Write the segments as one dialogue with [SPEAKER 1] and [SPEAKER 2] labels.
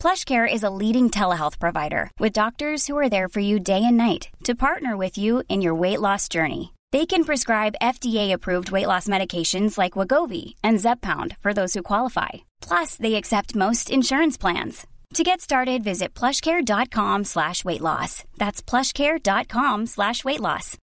[SPEAKER 1] PlushCare is a leading telehealth provider with doctors who are there for you day and night to partner with you in your weight loss journey. They can prescribe FDA-approved weight loss medications like Wagovi and Zepbound for those who qualify. Plus, they accept most insurance plans. To get started, visit plushcare.com slash weight loss. That's plushcare.com slash weight loss.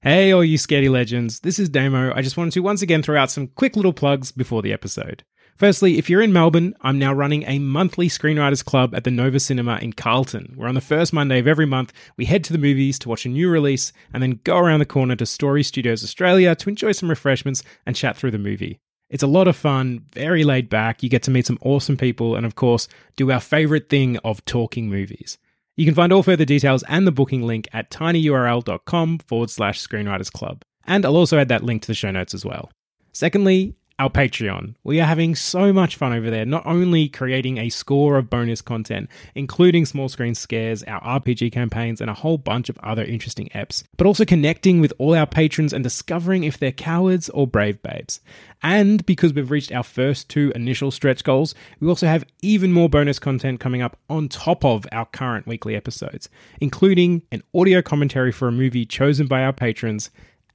[SPEAKER 2] Hey, all you scaredy legends. This is Damo. I just wanted to once again throw out some quick little plugs before the episode. Firstly, if you're in Melbourne, I'm now running a monthly screenwriters club at the Nova Cinema in Carlton, where on the first Monday of every month, we head to the movies to watch a new release and then go around the corner to Story Studios Australia to enjoy some refreshments and chat through the movie. It's a lot of fun, very laid back. You get to meet some awesome people and, of course, do our favorite thing of talking movies. You can find all further details and the booking link at tinyurl.com forward slash screenwriters club. And I'll also add that link to the show notes as well. Secondly, our Patreon. We are having so much fun over there, not only creating a score of bonus content, including small screen scares, our RPG campaigns, and a whole bunch of other interesting apps, but also connecting with all our patrons and discovering if they're cowards or brave babes. And because we've reached our first two initial stretch goals, we also have even more bonus content coming up on top of our current weekly episodes, including an audio commentary for a movie chosen by our patrons.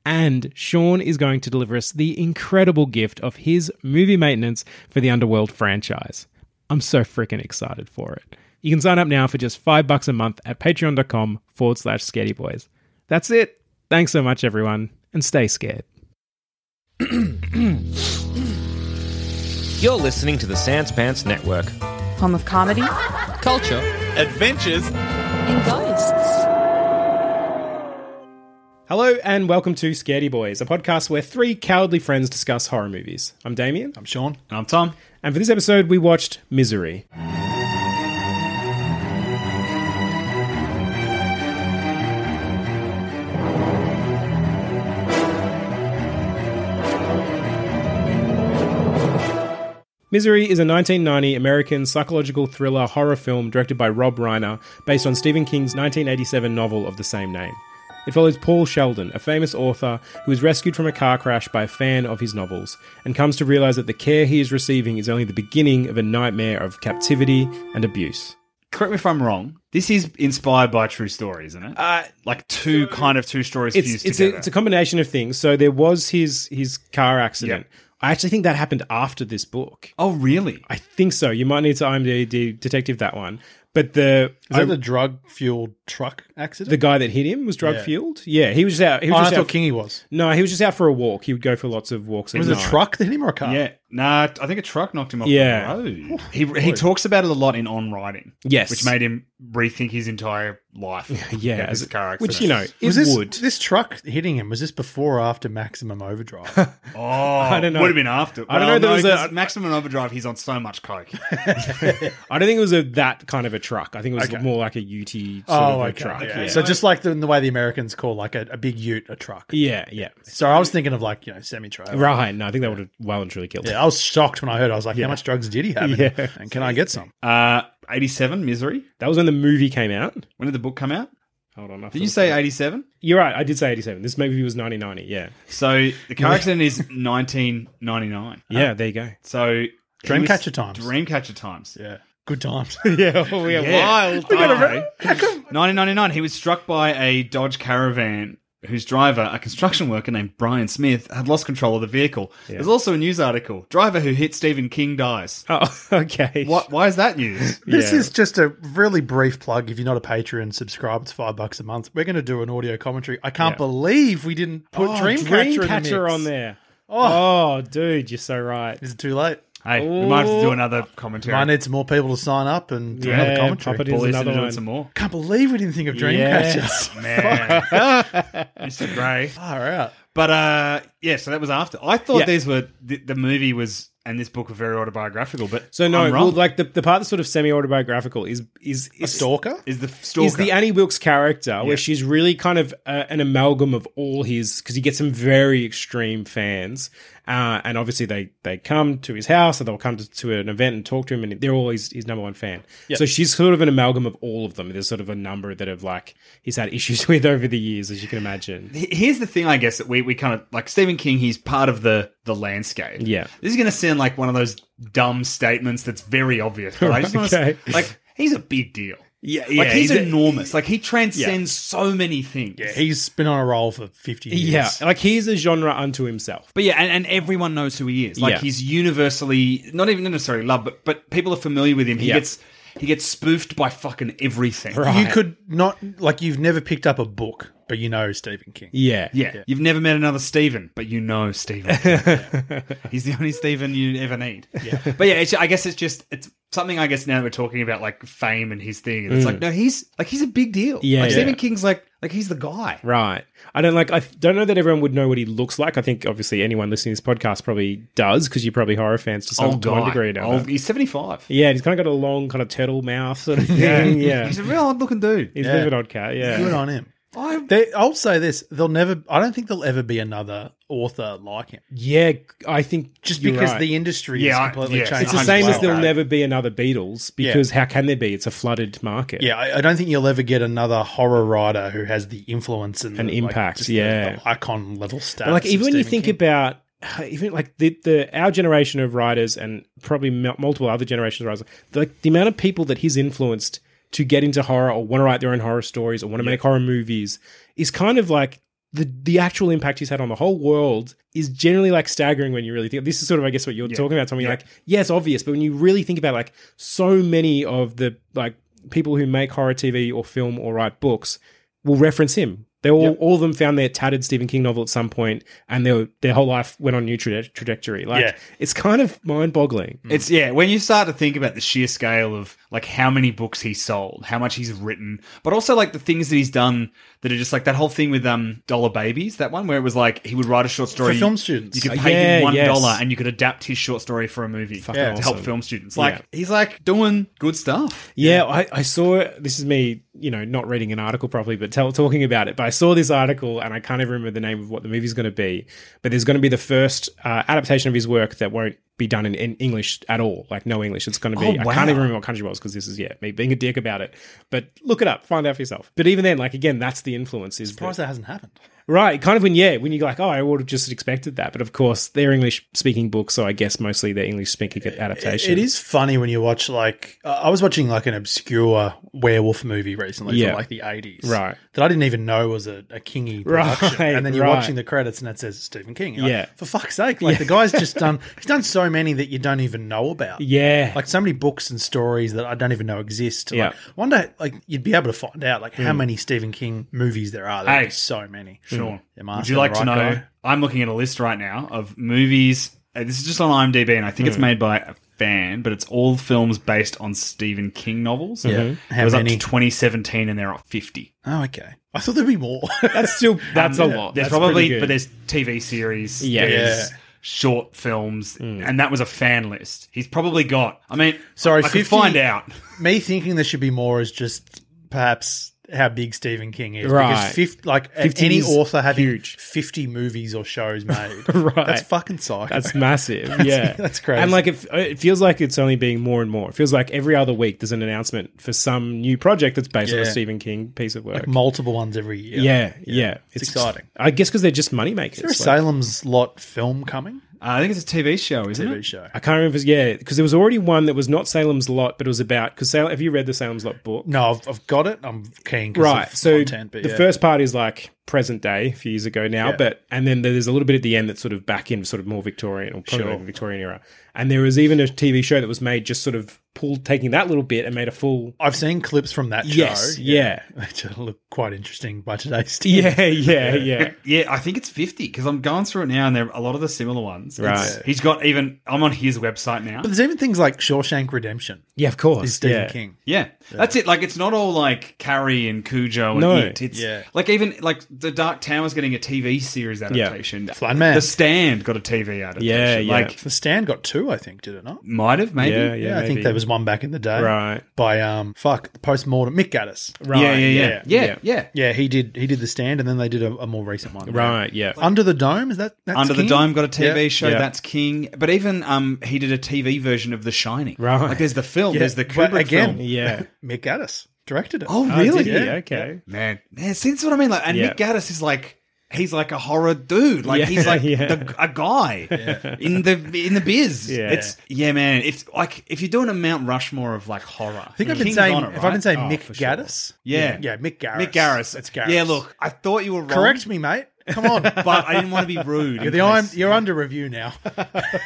[SPEAKER 2] And Sean is going to deliver us the incredible gift of his movie maintenance for the Underworld franchise. I'm so freaking excited for it. You can sign up now for just five bucks a month at patreon.com forward slash scaredy boys. That's it. Thanks so much, everyone, and stay scared.
[SPEAKER 3] You're listening to the Sans Pants Network.
[SPEAKER 4] Home of comedy.
[SPEAKER 5] Culture.
[SPEAKER 6] Adventures.
[SPEAKER 4] And ghosts.
[SPEAKER 2] Hello, and welcome to Scaredy Boys, a podcast where three cowardly friends discuss horror movies. I'm Damien.
[SPEAKER 6] I'm Sean.
[SPEAKER 5] And I'm Tom.
[SPEAKER 2] And for this episode, we watched Misery. Misery is a 1990 American psychological thriller horror film directed by Rob Reiner, based on Stephen King's 1987 novel of the same name. It follows Paul Sheldon, a famous author who is rescued from a car crash by a fan of his novels, and comes to realize that the care he is receiving is only the beginning of a nightmare of captivity and abuse.
[SPEAKER 5] Correct me if I'm wrong. This is inspired by a true story, isn't it?
[SPEAKER 2] Uh,
[SPEAKER 5] like two kind of two stories
[SPEAKER 2] It's
[SPEAKER 5] fused
[SPEAKER 2] it's a,
[SPEAKER 5] together.
[SPEAKER 2] it's a combination of things. So there was his his car accident.
[SPEAKER 5] Yep.
[SPEAKER 2] I actually think that happened after this book.
[SPEAKER 5] oh, really?
[SPEAKER 2] I think so. You might need to IMDb detective that one. But the
[SPEAKER 6] Is that the drug fueled truck accident?
[SPEAKER 2] the guy that hit him was drug fueled. Yeah, he was just out. He was
[SPEAKER 6] oh, I
[SPEAKER 2] just out
[SPEAKER 6] thought Kingy was.
[SPEAKER 2] No, he was just out for a walk. He would go for lots of walks. at
[SPEAKER 6] Was it a
[SPEAKER 2] night.
[SPEAKER 6] truck that hit him or a car?
[SPEAKER 5] Yeah. Nah, I think a truck knocked him off
[SPEAKER 2] Yeah.
[SPEAKER 5] the road. He, he talks about it a lot in On Riding.
[SPEAKER 2] Yes.
[SPEAKER 5] Which made him rethink his entire life.
[SPEAKER 2] Yeah,
[SPEAKER 5] about
[SPEAKER 2] as
[SPEAKER 5] his
[SPEAKER 2] a-
[SPEAKER 5] car accident.
[SPEAKER 2] which you know
[SPEAKER 6] Was
[SPEAKER 2] it
[SPEAKER 6] this,
[SPEAKER 2] would.
[SPEAKER 6] this truck hitting him, was this before or after maximum overdrive?
[SPEAKER 5] Oh, I
[SPEAKER 2] don't know.
[SPEAKER 5] Would have been after.
[SPEAKER 2] I don't
[SPEAKER 5] Well,
[SPEAKER 2] know, there
[SPEAKER 5] no,
[SPEAKER 2] was a-
[SPEAKER 5] 'cause maximum overdrive. He's on so much coke.
[SPEAKER 2] I don't think it was a, that kind of a truck. I think it was
[SPEAKER 5] Okay.
[SPEAKER 2] more like a UT sort
[SPEAKER 6] oh,
[SPEAKER 2] of a
[SPEAKER 6] okay.
[SPEAKER 2] truck.
[SPEAKER 6] okay.
[SPEAKER 2] Yeah.
[SPEAKER 6] So just like the, the way the Americans call like a, a big ute a truck.
[SPEAKER 2] yeah, yeah.
[SPEAKER 6] Sorry, I was thinking of like, you know, semi trailer.
[SPEAKER 2] Right. No, I think that would have well and truly killed him.
[SPEAKER 6] Yeah, I was shocked when I heard. I was like, how much drugs did he have? And-
[SPEAKER 2] Yeah.
[SPEAKER 6] And can I get some?
[SPEAKER 5] Uh, eighty-seven, misery.
[SPEAKER 2] That was when the movie came out.
[SPEAKER 5] When did the book come out?
[SPEAKER 2] Hold on. I
[SPEAKER 5] Did
[SPEAKER 2] thought-
[SPEAKER 5] you say eighty-seven?
[SPEAKER 2] You're right. I did say 87. This movie was 1990. Yeah.
[SPEAKER 5] So the car accident is nineteen ninety-nine.
[SPEAKER 2] Yeah, there you go.
[SPEAKER 5] So
[SPEAKER 6] Dreamcatcher
[SPEAKER 5] he was-
[SPEAKER 6] times.
[SPEAKER 5] Dreamcatcher times.
[SPEAKER 6] Yeah. Good times.
[SPEAKER 2] yeah. Oh, yeah.
[SPEAKER 5] Wild. Nineteen ninety-nine. He was struck by a Dodge Caravan. Whose driver, a construction worker named Brian Smith, had lost control of the vehicle. There's also a news article: driver who hit Stephen King dies.
[SPEAKER 2] Oh, okay.
[SPEAKER 5] What? Why is that news?
[SPEAKER 6] This
[SPEAKER 2] Yeah.
[SPEAKER 6] is just a really brief plug. If you're not a Patreon, subscribe. It's five bucks a month. We're going to do an audio commentary. I can't
[SPEAKER 2] Yeah.
[SPEAKER 6] believe we didn't put
[SPEAKER 2] Oh,
[SPEAKER 6] Dreamcatcher, in the
[SPEAKER 2] Dreamcatcher
[SPEAKER 6] mix.
[SPEAKER 2] on there.
[SPEAKER 6] Oh.
[SPEAKER 2] Oh, dude, you're so right.
[SPEAKER 6] Is it too late?
[SPEAKER 5] Hey, we might have to do another commentary.
[SPEAKER 6] I need some more people to sign up and do another
[SPEAKER 2] Yeah,
[SPEAKER 6] commentary.
[SPEAKER 2] pop it in.
[SPEAKER 5] Bullies
[SPEAKER 2] Here's another
[SPEAKER 5] into doing
[SPEAKER 2] one.
[SPEAKER 5] some more.
[SPEAKER 6] Can't believe we didn't think of
[SPEAKER 2] Yes.
[SPEAKER 6] Dreamcatcher.
[SPEAKER 5] Man, Mr. Grey.
[SPEAKER 6] Far out.
[SPEAKER 5] But uh, yeah, so that was after. I thought
[SPEAKER 2] Yeah.
[SPEAKER 5] these were the, the movie was and this book were very autobiographical. But
[SPEAKER 2] So no,
[SPEAKER 5] I'm
[SPEAKER 2] well,
[SPEAKER 5] wrong.
[SPEAKER 2] like the, the part that's sort of semi autobiographical is is
[SPEAKER 6] A
[SPEAKER 2] is,
[SPEAKER 6] stalker?
[SPEAKER 5] is the stalker
[SPEAKER 2] is the Annie Wilkes character
[SPEAKER 5] Yeah.
[SPEAKER 2] where she's really kind of uh, an amalgam of all his because he gets some very extreme fans, uh, and obviously they they come to his house or they'll come to, to an event and talk to him, and they're all his, his number one fan. So she's sort of an amalgam of all of them. There's sort of a number that have like he's had issues with over the years, as you can imagine.
[SPEAKER 5] Here's the thing, I guess that we, we kind of like Stephen King. He's part of the the landscape.
[SPEAKER 2] Yeah.
[SPEAKER 5] this is going to sound like one of those dumb statements that's very obvious. But I just want
[SPEAKER 2] Okay.
[SPEAKER 5] to like he's a big deal.
[SPEAKER 2] Yeah,
[SPEAKER 5] like he's,
[SPEAKER 2] a-
[SPEAKER 5] enormous. Like he transcends so many things.
[SPEAKER 6] Yeah, he's been on a roll for 50 years.
[SPEAKER 2] Yeah, like he's a genre unto himself.
[SPEAKER 5] But yeah, and, and everyone knows who he is. Like
[SPEAKER 2] Yeah.
[SPEAKER 5] he's universally not even necessarily loved, but but people are familiar with him. He
[SPEAKER 2] Yeah.
[SPEAKER 5] gets he gets spoofed by fucking everything.
[SPEAKER 6] You could not, like, you've never picked up a book, but you know Stephen King.
[SPEAKER 2] Yeah,
[SPEAKER 5] Yeah. You've never met another Stephen, but you know Stephen. He's the only Stephen you ever need. Yeah. But yeah, it's, I guess it's just it's something I guess now that we're talking about like fame and his thing. And it's like, no, he's like he's a big deal.
[SPEAKER 2] Mm. Yeah,
[SPEAKER 5] Like
[SPEAKER 2] yeah.
[SPEAKER 5] Stephen King's like like he's the guy.
[SPEAKER 2] Right. I don't like. I th- don't know that everyone would know what he looks like. I think obviously anyone listening to this podcast probably does because you're probably horror fans to some
[SPEAKER 5] Old
[SPEAKER 2] to one
[SPEAKER 5] guy.
[SPEAKER 2] degree. or another.
[SPEAKER 5] Old- he's seventy five.
[SPEAKER 2] Yeah, and he's kind of got a long kind of turtle mouth sort of thing. Yeah,
[SPEAKER 5] He's
[SPEAKER 2] he's
[SPEAKER 5] a real odd looking dude.
[SPEAKER 2] a bit of an odd cat.
[SPEAKER 6] Good
[SPEAKER 2] Yeah,
[SPEAKER 6] on him.
[SPEAKER 5] I
[SPEAKER 6] They, I'll say this: they'll never. I don't think there'll ever be another author like him,
[SPEAKER 2] yeah. I think
[SPEAKER 6] just
[SPEAKER 2] you're
[SPEAKER 6] because
[SPEAKER 2] right.
[SPEAKER 6] the industry
[SPEAKER 5] Yeah, I-
[SPEAKER 6] has completely
[SPEAKER 5] yes,
[SPEAKER 6] changed.
[SPEAKER 2] it's the
[SPEAKER 6] as
[SPEAKER 2] same as
[SPEAKER 6] well.
[SPEAKER 2] there'll never be another Beatles because how can there be? It's a flooded market.
[SPEAKER 6] Yeah, I, I don't think you'll ever get another horror writer who has the influence and,
[SPEAKER 2] And
[SPEAKER 6] the,
[SPEAKER 2] impact,
[SPEAKER 6] just the-
[SPEAKER 2] yeah.
[SPEAKER 6] the icon level status.
[SPEAKER 2] But, like even
[SPEAKER 6] of
[SPEAKER 2] when you
[SPEAKER 6] Stephen
[SPEAKER 2] think
[SPEAKER 6] King.
[SPEAKER 2] about even like the, the our generation of writers and probably mul- multiple other generations of writers, like the amount of people that he's influenced to get into horror or want to write their own horror stories or want to make horror movies is kind of like the the actual impact he's had on the whole world is generally like staggering when you really think. This is sort of I guess what you're talking about, Tommy. Like yes, obvious, but when you really think about like so many of the like people who make horror TV or film or write books will reference him. They all, all of them found their tattered Stephen King novel at some point, and their their whole life went on a new traje- trajectory. Like
[SPEAKER 6] Yeah.
[SPEAKER 2] it's kind of mind boggling.
[SPEAKER 5] It's yeah, when you start to think about the sheer scale of like how many books he sold, how much he's written, but also like the things that he's done that are just like that whole thing with um Dollar Babies, that one where it was like he would write a short story
[SPEAKER 6] For film students.
[SPEAKER 5] You could
[SPEAKER 2] Uh,
[SPEAKER 5] pay him
[SPEAKER 2] yeah,
[SPEAKER 5] one dollar
[SPEAKER 2] yes.
[SPEAKER 5] and you could adapt his short story for a movie
[SPEAKER 2] Fucking
[SPEAKER 5] to help
[SPEAKER 2] awesome.
[SPEAKER 5] film students. Like
[SPEAKER 2] Yeah.
[SPEAKER 5] he's like doing good stuff.
[SPEAKER 2] Yeah, I, I saw this is me, you know, not reading an article properly, but tell, talking about it. But I saw this article, and I can't even remember the name of what the movie's going to be. But there's going to be the first uh, adaptation of his work that won't be done in, in English at all, like no English. It's going to be.
[SPEAKER 5] Oh,
[SPEAKER 2] I can't
[SPEAKER 5] wow.
[SPEAKER 2] even remember what country it was because this is yeah me being a dick about it. But look it up, find out for yourself. But even then, like again, that's the influence is
[SPEAKER 6] Surprised that hasn't happened.
[SPEAKER 2] Right, kind of when yeah, when you're like, oh, I would have just expected that, but of course they're English speaking books, so I guess mostly they're English speaking adaptation.
[SPEAKER 6] It is funny when you watch like I I was watching like an obscure werewolf movie recently
[SPEAKER 2] Yeah.
[SPEAKER 6] from like the eighties,
[SPEAKER 2] Right.
[SPEAKER 6] That I didn't even know was a, a Kingy
[SPEAKER 2] Right,
[SPEAKER 6] production, and then you're
[SPEAKER 2] right.
[SPEAKER 6] watching the credits and it says Stephen King. You're like,
[SPEAKER 2] Yeah.
[SPEAKER 6] for fuck's sake, like the guy's just done. He's done so many that you don't even know about.
[SPEAKER 2] Yeah.
[SPEAKER 6] like so many books and stories that I don't even know exist.
[SPEAKER 2] Yeah. Hmm.
[SPEAKER 6] Like, one day, like you'd be able to find out like how many Stephen King movies there are.
[SPEAKER 5] Hey.
[SPEAKER 6] There's so many.
[SPEAKER 5] Sure.
[SPEAKER 6] Yeah,
[SPEAKER 5] Would
[SPEAKER 6] Master
[SPEAKER 5] you
[SPEAKER 6] of the
[SPEAKER 5] like to
[SPEAKER 6] Right
[SPEAKER 5] know?
[SPEAKER 6] Guy.
[SPEAKER 5] I'm looking at a list right now of movies. uh, This is just on IMDb, and I think it's made by a fan, but it's all films based on Stephen King novels. Yeah,
[SPEAKER 6] How
[SPEAKER 2] Mm-hmm.
[SPEAKER 5] it was
[SPEAKER 6] many?
[SPEAKER 5] up to 2017, and there are 50.
[SPEAKER 6] Oh, okay. I thought there'd be more.
[SPEAKER 2] that's still that's
[SPEAKER 5] Um,
[SPEAKER 2] a lot.
[SPEAKER 5] There's
[SPEAKER 2] That's pretty
[SPEAKER 5] probably,
[SPEAKER 2] good.
[SPEAKER 5] but there's TV series.
[SPEAKER 2] Yeah. Mm.
[SPEAKER 5] there's Short films, and that was a fan list. He's probably got. I mean,
[SPEAKER 6] Sorry,
[SPEAKER 5] I could
[SPEAKER 6] 50
[SPEAKER 5] find out.
[SPEAKER 6] me thinking there should be more is just perhaps how big Stephen King is.
[SPEAKER 2] Right.
[SPEAKER 6] Because 50, like
[SPEAKER 2] 50
[SPEAKER 6] any
[SPEAKER 2] is
[SPEAKER 6] author having
[SPEAKER 2] huge.
[SPEAKER 6] 50 movies or shows made.
[SPEAKER 2] Right.
[SPEAKER 6] That's fucking psycho.
[SPEAKER 2] that's massive. yeah,
[SPEAKER 6] that's crazy.
[SPEAKER 2] And like, it, it feels like it's only being more and more. It feels like every other week there's an announcement for some new project that's based on a
[SPEAKER 6] Yeah.
[SPEAKER 2] Stephen King piece of work.
[SPEAKER 6] like multiple ones every year.
[SPEAKER 2] yeah, yeah,
[SPEAKER 6] It's exciting.
[SPEAKER 2] I guess because they're just money makers.
[SPEAKER 6] Is there a
[SPEAKER 2] like-
[SPEAKER 6] Salem's Lot film coming?
[SPEAKER 5] Uh, I think it's a TV show, isn't
[SPEAKER 6] TV
[SPEAKER 5] it?
[SPEAKER 6] show.
[SPEAKER 2] I can't remember. If it's, yeah, because there was already one that was not Salem's Lot, but it was about because Salem. Have you read the Salem's Lot book?
[SPEAKER 6] No, I've, I've got it. I'm keen. 'cause
[SPEAKER 2] right
[SPEAKER 6] of
[SPEAKER 2] so
[SPEAKER 6] content, but
[SPEAKER 2] the
[SPEAKER 6] yeah.
[SPEAKER 2] first part is like present day a few years ago now
[SPEAKER 6] Yeah.
[SPEAKER 2] but and then there's a little bit at the end that's sort of back in sort of more victorian or probably even victorian era and there was even a tv show that was made just sort of pulled taking that little bit and made a full
[SPEAKER 6] I've seen clips from that show.
[SPEAKER 2] yes yeah
[SPEAKER 6] Which look quite interesting by today's standards.
[SPEAKER 2] yeah yeah yeah
[SPEAKER 5] Yeah, I think it's 50 because I'm going through it now, and there are a lot of the similar ones. It's-
[SPEAKER 2] Right.
[SPEAKER 5] He's got even. I'm on his website now.
[SPEAKER 6] But there's even things like Shawshank Redemption
[SPEAKER 2] yeah of course
[SPEAKER 6] is Stephen
[SPEAKER 2] yeah.
[SPEAKER 6] King.
[SPEAKER 5] Yeah. that's it. Like it's not all like Carrie and Cujo and
[SPEAKER 2] No.
[SPEAKER 5] it. It's
[SPEAKER 6] Yeah.
[SPEAKER 5] like even like The Dark Tower was getting a TV series adaptation.
[SPEAKER 6] Flatman.
[SPEAKER 5] The Stand got a TV adaptation.
[SPEAKER 2] Yeah, yeah.
[SPEAKER 5] Like,
[SPEAKER 6] The stand got two, I think, did it not?
[SPEAKER 5] might have, maybe.
[SPEAKER 2] Yeah,
[SPEAKER 6] I think
[SPEAKER 2] maybe.
[SPEAKER 6] there was one back in the day.
[SPEAKER 2] Right.
[SPEAKER 6] By um fuck post mortem Mick Gaddis.
[SPEAKER 2] Right.
[SPEAKER 5] yeah, yeah, yeah. Yeah,
[SPEAKER 2] Yeah.
[SPEAKER 5] yeah.
[SPEAKER 6] Yeah, he did he did the stand and then they did a, a more recent one.
[SPEAKER 2] Right. Yeah.
[SPEAKER 6] Under the Dome, is that that's
[SPEAKER 5] Under
[SPEAKER 6] King?
[SPEAKER 5] the Dome got a TV
[SPEAKER 6] Yeah.
[SPEAKER 5] show.
[SPEAKER 2] Yeah.
[SPEAKER 5] That's King. But even um, he did a TV version of The Shining.
[SPEAKER 2] Right.
[SPEAKER 5] Like there's the film.
[SPEAKER 6] Yeah,
[SPEAKER 5] There's the
[SPEAKER 6] but
[SPEAKER 5] Kubrick
[SPEAKER 6] again-
[SPEAKER 5] film.
[SPEAKER 2] Yeah.
[SPEAKER 6] Mick Gaddis directed it.
[SPEAKER 5] Oh,
[SPEAKER 2] Oh,
[SPEAKER 5] really?
[SPEAKER 2] did he?
[SPEAKER 5] Yeah.
[SPEAKER 2] Okay.
[SPEAKER 5] Man, yeah, see, that's what I mean. Like, and
[SPEAKER 2] Yeah.
[SPEAKER 5] Nick Gaddis is like, he's like a horror dude. Like,
[SPEAKER 2] Yeah,
[SPEAKER 5] he's like
[SPEAKER 2] yeah.
[SPEAKER 5] the, a guy in the in the biz.
[SPEAKER 2] Yeah.
[SPEAKER 5] It's yeah, man. It's like if you're doing a Mount Rushmore of like horror,
[SPEAKER 6] I think I've been
[SPEAKER 5] King's
[SPEAKER 6] saying
[SPEAKER 5] on it,
[SPEAKER 6] if I've been
[SPEAKER 5] right?
[SPEAKER 6] saying
[SPEAKER 2] Oh,
[SPEAKER 6] Mick
[SPEAKER 2] for sure.
[SPEAKER 6] Gaddis.
[SPEAKER 5] Yeah.
[SPEAKER 6] Yeah, Mick Garris.
[SPEAKER 5] Mick Garris,
[SPEAKER 6] It's Garris.
[SPEAKER 5] Yeah, look, I thought you were wrong.
[SPEAKER 6] Correct me, mate. Come on.
[SPEAKER 5] but I didn't want to be rude.
[SPEAKER 6] You're,
[SPEAKER 5] in
[SPEAKER 6] the, I'm,
[SPEAKER 5] case-
[SPEAKER 6] you're under review now.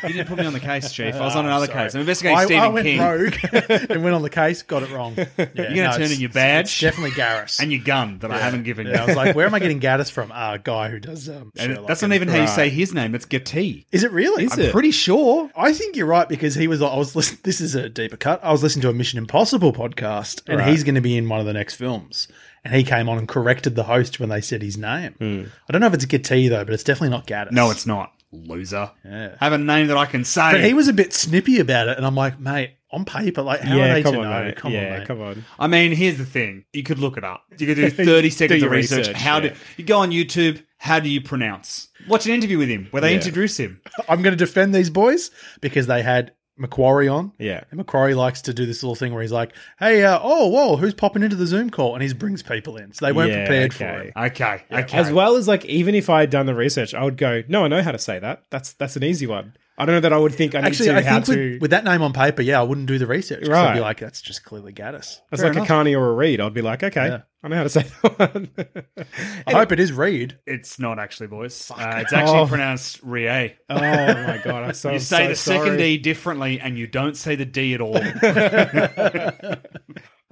[SPEAKER 5] You didn't put me on the case, Chief. I was on another case. I'm investigating
[SPEAKER 6] Ah, I,
[SPEAKER 5] Stephen
[SPEAKER 6] I went
[SPEAKER 5] King.
[SPEAKER 6] rogue and went on the case, got it wrong. Yeah,
[SPEAKER 5] You're gonna turn in your badge
[SPEAKER 6] definitely Garris.
[SPEAKER 5] and your gun that I haven't given you.
[SPEAKER 6] Yeah, I was like, where am I getting Gaddis from? Ah, a guy who does. Um,
[SPEAKER 5] and
[SPEAKER 6] Sherlock
[SPEAKER 5] that's not
[SPEAKER 6] and-
[SPEAKER 5] even how you
[SPEAKER 6] Right.
[SPEAKER 5] say his name. That's Gatti.
[SPEAKER 6] Is it really?
[SPEAKER 5] I'm pretty sure.
[SPEAKER 6] I think you're right because he was. I was listening. This is a deeper cut. I was listening to a Mission Impossible podcast, and he's going to be in one of the next films. And he came on and corrected the host when they said his name. I don't know if it's Gatti though, but it's definitely not Gaddis.
[SPEAKER 5] Hmm. No, it's not. Loser. Have a name that I can say.
[SPEAKER 6] But he was a bit snippy about it, and I'm like, mate, on paper, like, how are
[SPEAKER 2] Yeah.
[SPEAKER 6] they
[SPEAKER 2] Come
[SPEAKER 6] to
[SPEAKER 2] on,
[SPEAKER 6] know?
[SPEAKER 2] mate.
[SPEAKER 6] Come
[SPEAKER 2] yeah.
[SPEAKER 6] on, mate.
[SPEAKER 2] Come on.
[SPEAKER 5] I mean, here's the thing: you could look it up. You could do thirty seconds
[SPEAKER 2] your
[SPEAKER 5] of research.
[SPEAKER 2] research,
[SPEAKER 5] How
[SPEAKER 2] yeah.
[SPEAKER 5] do you go on YouTube? How do you pronounce? Watch an interview with him where they introduce him.
[SPEAKER 6] I'm going to defend these boys because they had Macquarie on.
[SPEAKER 2] Yeah.
[SPEAKER 6] And Macquarie likes to do this little thing where he's like, hey, uh, oh, whoa, who's popping into the Zoom call? And he brings people in. So they weren't
[SPEAKER 2] Yeah,
[SPEAKER 6] prepared for
[SPEAKER 2] okay.
[SPEAKER 6] him.
[SPEAKER 5] Okay, okay.
[SPEAKER 2] As well as like, even if I had done the research, I would go, no, I know how to say that. That's that's an easy one. I don't know that I would think I need
[SPEAKER 6] Actually,
[SPEAKER 2] to
[SPEAKER 6] I
[SPEAKER 2] how
[SPEAKER 6] think
[SPEAKER 2] to.
[SPEAKER 6] with, with that name on paper, yeah, I wouldn't do the research. 'cause I'd
[SPEAKER 2] Right.
[SPEAKER 6] be like, that's just clearly Gaddis.
[SPEAKER 2] that's
[SPEAKER 6] Fair
[SPEAKER 2] like
[SPEAKER 6] enough.
[SPEAKER 2] a Carney or a Reed. I'd be like, okay,
[SPEAKER 6] Yeah.
[SPEAKER 2] I know how to say that one.
[SPEAKER 6] I hope it is Reed.
[SPEAKER 5] it's not actually, boys. Uh, it's actually
[SPEAKER 2] Oh.
[SPEAKER 5] pronounced Rie.
[SPEAKER 2] oh my god, I'm so
[SPEAKER 5] You
[SPEAKER 2] I'm
[SPEAKER 5] say
[SPEAKER 2] so
[SPEAKER 5] the
[SPEAKER 2] sorry.
[SPEAKER 5] second D differently, and you don't say the D at all.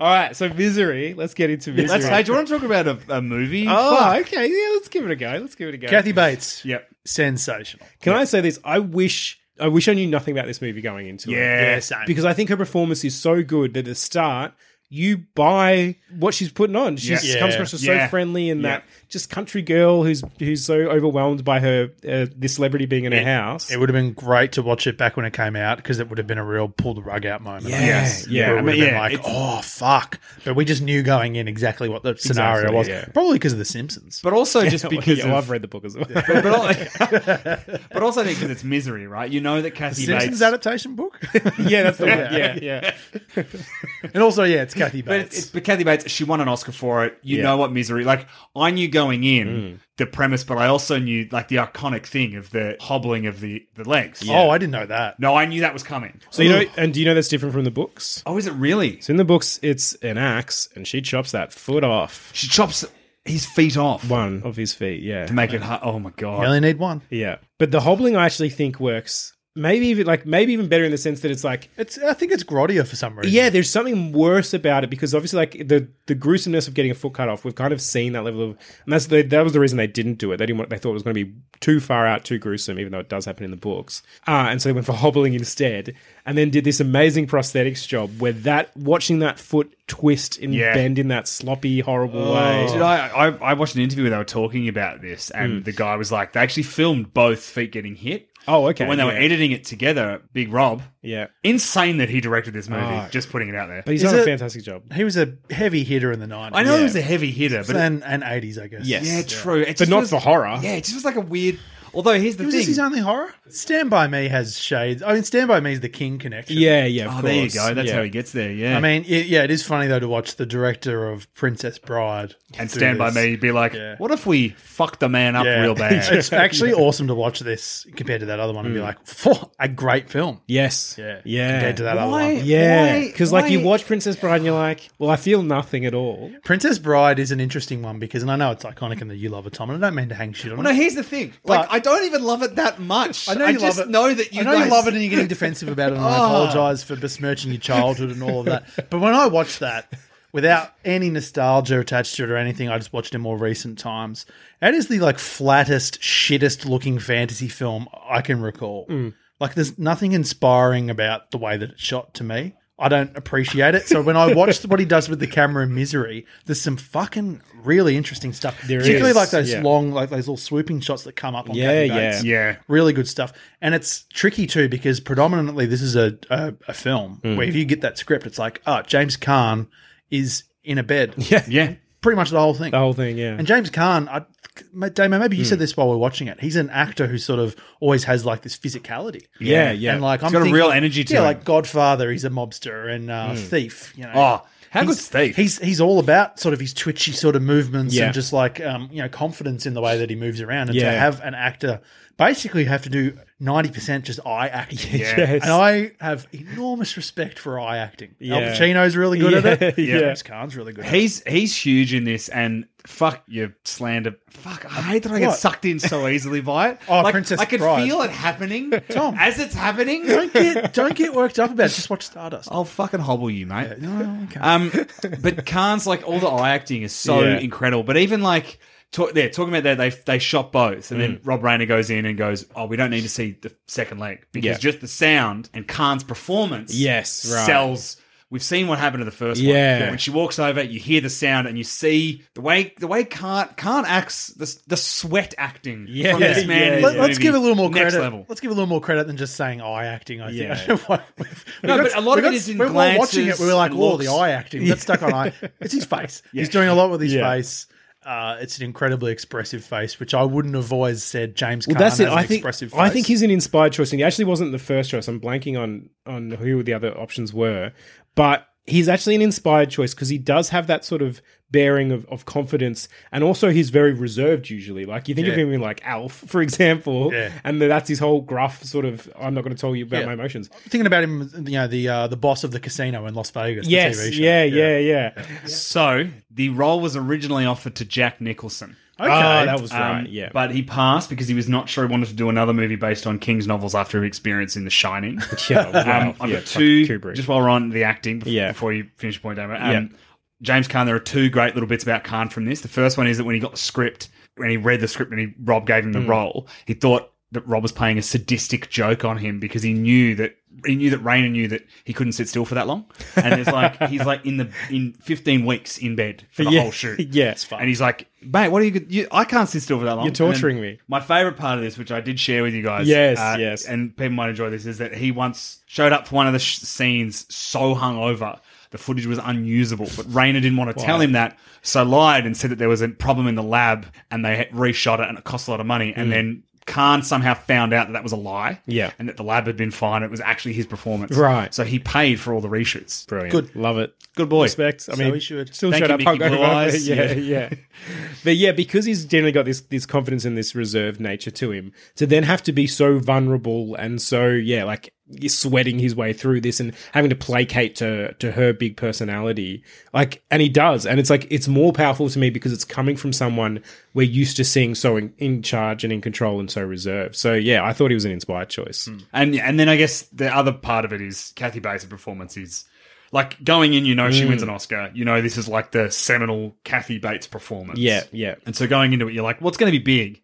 [SPEAKER 2] All right, so misery. Let's get into misery.
[SPEAKER 5] Let's say, do you want to talk about a, a movie?
[SPEAKER 2] Oh,
[SPEAKER 5] Fuck.
[SPEAKER 2] okay. Yeah, let's give it a go. Let's give it a go.
[SPEAKER 6] Kathy Bates.
[SPEAKER 5] Yep.
[SPEAKER 6] Sensational.
[SPEAKER 2] Can I say this? I wish I wish I knew nothing about this movie going into it.
[SPEAKER 5] Yeah.
[SPEAKER 6] Yeah, same.
[SPEAKER 2] Because I think her performance is so good that at the start you buy what she's putting on. She
[SPEAKER 5] Yeah.
[SPEAKER 2] comes across as
[SPEAKER 5] Yeah.
[SPEAKER 2] so friendly and
[SPEAKER 5] Yeah.
[SPEAKER 2] that just country girl who's who's so overwhelmed by her uh, this celebrity being in her house.
[SPEAKER 6] It would have been great to watch it back when it came out because it would have been a real pull the rug out moment. I
[SPEAKER 2] Yeah,
[SPEAKER 6] guess.
[SPEAKER 2] yeah.
[SPEAKER 6] Where
[SPEAKER 2] I
[SPEAKER 6] it would
[SPEAKER 5] mean,
[SPEAKER 6] have
[SPEAKER 5] yeah,
[SPEAKER 6] been like,
[SPEAKER 5] it's-
[SPEAKER 6] oh fuck! But we just knew going in exactly what the scenario
[SPEAKER 2] Exactly,
[SPEAKER 6] was.
[SPEAKER 2] yeah.
[SPEAKER 6] Probably because of The Simpsons.
[SPEAKER 5] But also just because
[SPEAKER 2] Yeah,
[SPEAKER 5] of-
[SPEAKER 2] well, I've read the book as well.
[SPEAKER 5] But, but, al- but also because it's misery, right? You know that Kathy
[SPEAKER 6] the
[SPEAKER 5] Bates.
[SPEAKER 6] Simpsons adaptation book,
[SPEAKER 2] yeah, that's the one. Yeah, yeah.
[SPEAKER 6] and also yeah, it's Kathy
[SPEAKER 5] But
[SPEAKER 6] Bates.
[SPEAKER 5] it's, it's but Kathy Bates. She won an Oscar for it. You
[SPEAKER 2] Yeah. Mm.
[SPEAKER 5] know what misery? Like I knew going in the premise, but I also knew like the iconic thing of the hobbling of the the legs.
[SPEAKER 6] Oh, I didn't know that.
[SPEAKER 5] no, I knew that was coming.
[SPEAKER 2] So you know, and do you know that's different from the books?
[SPEAKER 5] Oh, is it really?
[SPEAKER 2] So in the books, it's an axe, and she chops that foot off
[SPEAKER 5] She chops his feet off
[SPEAKER 2] one of his feet. Yeah,
[SPEAKER 5] to make it. Hard. Oh my god!
[SPEAKER 6] You only need one.
[SPEAKER 2] Yeah. But the hobbling I actually think works maybe even like maybe even better in the sense that it's like
[SPEAKER 6] It's I think it's grottier for some reason.
[SPEAKER 2] yeah, there's something worse about it because obviously like the the gruesomeness of getting a foot cut off, we've kind of seen that level of and that's the, that was the reason they didn't do it. They didn't want they thought it was going to be too far out, too gruesome, even though it does happen in the books. Uh, and so they went for hobbling instead and then did this amazing prosthetics job where that watching that foot twist and
[SPEAKER 5] Yeah. Oh.
[SPEAKER 2] bend in that sloppy horrible
[SPEAKER 5] Did
[SPEAKER 2] way.
[SPEAKER 5] I, I I watched an interview where they were talking about this,
[SPEAKER 2] Mm.
[SPEAKER 5] and the guy was like, they actually filmed both feet getting hit.
[SPEAKER 2] Oh, okay.
[SPEAKER 5] But when they were
[SPEAKER 2] yeah.
[SPEAKER 5] editing it together, Big Rob,
[SPEAKER 2] Yeah.
[SPEAKER 5] insane that he directed this movie.
[SPEAKER 2] Oh.
[SPEAKER 5] Just putting it out there.
[SPEAKER 2] But he's
[SPEAKER 6] Is
[SPEAKER 2] done a
[SPEAKER 6] it-
[SPEAKER 2] fantastic job.
[SPEAKER 6] he was a heavy hitter in the nineties.
[SPEAKER 5] I know he was a heavy hitter, but
[SPEAKER 6] and and eighties, I guess.
[SPEAKER 2] Yes.
[SPEAKER 5] yeah, true. It
[SPEAKER 2] But
[SPEAKER 5] just
[SPEAKER 2] not
[SPEAKER 5] was-
[SPEAKER 2] for horror.
[SPEAKER 5] Yeah, it just was like a weird. Although here's the
[SPEAKER 6] Was
[SPEAKER 5] thing.
[SPEAKER 6] this his only horror? Stand by Me has shades. I mean, Stand by Me is the King connection.
[SPEAKER 2] Yeah, yeah, of
[SPEAKER 5] oh,
[SPEAKER 2] course.
[SPEAKER 5] there you go. That's
[SPEAKER 2] Yeah.
[SPEAKER 5] how he gets there. Yeah.
[SPEAKER 6] I mean, it, yeah, it is funny though to watch the director of Princess Bride
[SPEAKER 5] and
[SPEAKER 6] do
[SPEAKER 5] stand by
[SPEAKER 6] this.
[SPEAKER 5] me. You'd be like,
[SPEAKER 6] Yeah.
[SPEAKER 5] what if we fuck the man up
[SPEAKER 6] Yeah.
[SPEAKER 5] real bad? Mm.
[SPEAKER 6] it's actually awesome to watch this compared to that other one and be like, "Phew, a great film.
[SPEAKER 2] Yes. Yeah.
[SPEAKER 6] compared to that other one.
[SPEAKER 2] Yeah,
[SPEAKER 5] Why-
[SPEAKER 2] because like you
[SPEAKER 5] why-
[SPEAKER 2] watch Princess Bride and you're like, well, I feel nothing at all.
[SPEAKER 6] Princess Bride is an interesting one because, and I know it's iconic and that you love it, Tom, and I don't mean to hang shit on
[SPEAKER 5] Well, no,
[SPEAKER 6] it.
[SPEAKER 5] here's the thing. Like, I
[SPEAKER 6] But-
[SPEAKER 5] don't even love it that much. I,
[SPEAKER 6] know you
[SPEAKER 5] just
[SPEAKER 6] love it.
[SPEAKER 5] know that you
[SPEAKER 6] I know
[SPEAKER 5] guys- Oh.
[SPEAKER 6] you love it and you're getting defensive about it, and I apologize for besmirching your childhood and all of that. But when I watched that, without any nostalgia attached to it or anything, I just watched it in more recent times. That is the like flattest, shittest looking fantasy
[SPEAKER 5] Hmm.
[SPEAKER 6] film I can recall. Like, there's nothing inspiring about the way that it's shot to me. I don't appreciate it. So when I watched what he does with the camera in Misery, there's some fucking really interesting stuff.
[SPEAKER 2] There
[SPEAKER 6] Particularly
[SPEAKER 2] is,
[SPEAKER 6] like those
[SPEAKER 2] yeah.
[SPEAKER 6] long, like those little swooping shots that come up on
[SPEAKER 2] Yeah,
[SPEAKER 6] Kathy
[SPEAKER 2] yeah.
[SPEAKER 6] Bates.
[SPEAKER 5] Yeah.
[SPEAKER 6] Really good stuff. And it's tricky too because predominantly this is a, a, a film
[SPEAKER 5] Hmm.
[SPEAKER 6] where if you get that script, it's like, oh, James Kahn is in a bed.
[SPEAKER 2] Yeah.
[SPEAKER 5] Yeah.
[SPEAKER 6] Pretty much the whole thing.
[SPEAKER 2] The whole thing, yeah.
[SPEAKER 6] And James Kahn, I, Ma- Damo, maybe
[SPEAKER 5] Hmm.
[SPEAKER 6] you said this while we are watching it. He's an actor who sort of always has like this physicality.
[SPEAKER 2] Yeah, yeah.
[SPEAKER 6] And like,
[SPEAKER 5] He's
[SPEAKER 6] I'm
[SPEAKER 5] got a
[SPEAKER 6] thinking-
[SPEAKER 5] real energy to
[SPEAKER 6] yeah,
[SPEAKER 5] him. Hmm.
[SPEAKER 6] like Godfather. He's a mobster and uh, thief. You know.
[SPEAKER 5] Oh, how
[SPEAKER 6] He's-
[SPEAKER 5] good's Thief?
[SPEAKER 6] He's he's all about sort of his twitchy sort of movements
[SPEAKER 2] Yeah.
[SPEAKER 6] and just like um, you know confidence in the way that he moves around. And
[SPEAKER 2] Yeah.
[SPEAKER 6] to have an actor basically have to do ninety percent just eye acting.
[SPEAKER 2] Yes.
[SPEAKER 6] And I have enormous respect for eye acting. Al
[SPEAKER 2] Yeah.
[SPEAKER 6] Pacino's really good at it.
[SPEAKER 2] Yeah, yeah.
[SPEAKER 6] James Kahn's really good. at it.
[SPEAKER 5] He's he's huge in this, and fuck your slander. Fuck, I hate that I get
[SPEAKER 6] What?
[SPEAKER 5] sucked in so easily by it.
[SPEAKER 6] Oh,
[SPEAKER 5] Like,
[SPEAKER 6] Princess
[SPEAKER 5] I could
[SPEAKER 6] Bride.
[SPEAKER 5] feel it happening,
[SPEAKER 6] Tom.
[SPEAKER 5] as it's happening.
[SPEAKER 6] Don't get don't get worked up about it. Just watch Stardust.
[SPEAKER 5] I'll fucking hobble you, mate.
[SPEAKER 6] No, okay.
[SPEAKER 5] Um, but Khan's like all the eye acting is so
[SPEAKER 2] Yeah.
[SPEAKER 5] incredible. But even like talk, they're talking about that they they shot both, and
[SPEAKER 2] Mm.
[SPEAKER 5] then Rob Reiner goes in and goes, "Oh, we don't need to see the second leg because
[SPEAKER 2] Yeah.
[SPEAKER 5] just the sound and Khan's performance,
[SPEAKER 2] Yes, right.
[SPEAKER 5] sells." We've seen what happened to the first
[SPEAKER 2] Yeah.
[SPEAKER 5] one. When she walks over, you hear the sound and you see the way the way Khan Khan acts the, the sweat acting
[SPEAKER 2] Yeah,
[SPEAKER 5] from this man.
[SPEAKER 2] yeah,
[SPEAKER 5] in
[SPEAKER 2] yeah.
[SPEAKER 5] this
[SPEAKER 6] Let, us
[SPEAKER 5] movie.
[SPEAKER 6] give a little more
[SPEAKER 5] Next
[SPEAKER 6] credit.
[SPEAKER 5] level.
[SPEAKER 6] Let's give a little more credit than just saying eye acting. I think.
[SPEAKER 2] Yeah.
[SPEAKER 6] I don't know why we've- we
[SPEAKER 5] No, but a lot
[SPEAKER 6] we
[SPEAKER 5] of it is in
[SPEAKER 6] we were all watching it.
[SPEAKER 5] glances
[SPEAKER 6] We were like,
[SPEAKER 5] and
[SPEAKER 6] "Oh, the
[SPEAKER 5] looks."
[SPEAKER 6] eye acting." That's stuck on eye. It's his face. He's doing a lot with his face. Uh, it's an incredibly expressive face, which I wouldn't have always said James.
[SPEAKER 2] Well,
[SPEAKER 6] Caan
[SPEAKER 2] that's it.
[SPEAKER 6] has an
[SPEAKER 2] I think
[SPEAKER 6] expressive
[SPEAKER 2] I
[SPEAKER 6] face.
[SPEAKER 2] think he's an inspired choice, and he actually wasn't the first choice. I'm blanking on on who the other options were, but he's actually an inspired choice because he does have that sort of bearing of, of confidence, and also he's very reserved usually. Like you think of
[SPEAKER 6] Yeah.
[SPEAKER 2] him in like Alf, for example,
[SPEAKER 6] Yeah.
[SPEAKER 2] and that's his whole gruff sort of. I'm not going to tell you about
[SPEAKER 6] Yeah.
[SPEAKER 2] my emotions.
[SPEAKER 6] thinking about him. You know, the uh, the boss of the casino in Las Vegas. the
[SPEAKER 2] Yes,
[SPEAKER 6] TV show.
[SPEAKER 2] yeah, yeah, yeah.
[SPEAKER 5] So the role was originally offered to Jack Nicholson.
[SPEAKER 6] Okay,
[SPEAKER 2] Oh, that was
[SPEAKER 5] Um,
[SPEAKER 2] right. yeah,
[SPEAKER 5] But he passed because he was not sure he wanted to do another movie based on King's novels after his experience in The Shining.
[SPEAKER 2] yeah, wow.
[SPEAKER 5] Um, I've
[SPEAKER 2] yeah,
[SPEAKER 5] got two.
[SPEAKER 2] fucking Kubrick.
[SPEAKER 5] Just while we're on the acting, bef-
[SPEAKER 2] Yeah.
[SPEAKER 5] before you finish your point, Damo. Um,
[SPEAKER 2] Yeah.
[SPEAKER 5] James Kahn, there are two great little bits about Kahn from this. The first one is that when he got the script, when he read the script and he, Rob gave him the
[SPEAKER 2] Hmm.
[SPEAKER 5] role, he thought that Rob was playing a sadistic joke on him because he knew that he knew that Rainer knew that he couldn't sit still for that long. And it's like he's like in the in fifteen weeks in bed for the
[SPEAKER 2] Yeah.
[SPEAKER 5] whole shoot.
[SPEAKER 2] Yeah. It's fine.
[SPEAKER 5] And he's like, mate, what are you, you I can't sit still for that long.
[SPEAKER 2] You're torturing
[SPEAKER 5] And then
[SPEAKER 2] me.
[SPEAKER 5] My favorite part of this, which I did share with you guys. uh,
[SPEAKER 2] Yes, yes.
[SPEAKER 5] And people might enjoy this, is that he once showed up for one of the sh- scenes so hungover. The footage was unusable, but Rayner didn't want to tell him that, so lied and said that there was a problem in the lab, and they had reshot it, and it cost a lot of money. And then Khan somehow found out that that was a lie,
[SPEAKER 2] Mm. Yeah.
[SPEAKER 5] and that the lab had been fine. It was actually his performance,
[SPEAKER 2] Right.
[SPEAKER 5] So he paid for all the reshoots.
[SPEAKER 2] Brilliant.
[SPEAKER 6] Good.
[SPEAKER 2] Love it.
[SPEAKER 5] Good boy.
[SPEAKER 2] Respect. I
[SPEAKER 6] So
[SPEAKER 2] mean,
[SPEAKER 6] he should.
[SPEAKER 2] still
[SPEAKER 5] Thank
[SPEAKER 2] showed
[SPEAKER 5] you,
[SPEAKER 2] up
[SPEAKER 5] Mickey Blue
[SPEAKER 2] hungover.
[SPEAKER 5] Eyes.
[SPEAKER 2] Yeah,
[SPEAKER 5] Yeah.
[SPEAKER 2] yeah. but yeah, because he's generally got this this confidence and this reserved nature to him, to then have to be so vulnerable and so yeah, like sweating his way through this and having to placate to to her big personality, like, and he does, and it's like it's more powerful to me because it's coming from someone we're used to seeing so in, in charge and in control and so reserved. So yeah, I thought he was an inspired choice.
[SPEAKER 5] And and then I guess the other part of it is Kathy Bates' performance is like going in, you know,
[SPEAKER 2] Mm.
[SPEAKER 5] she wins an Oscar. You know, this is like the seminal Kathy Bates performance.
[SPEAKER 2] Yeah, yeah.
[SPEAKER 5] And so going into it, you're like, well, it's going to be big.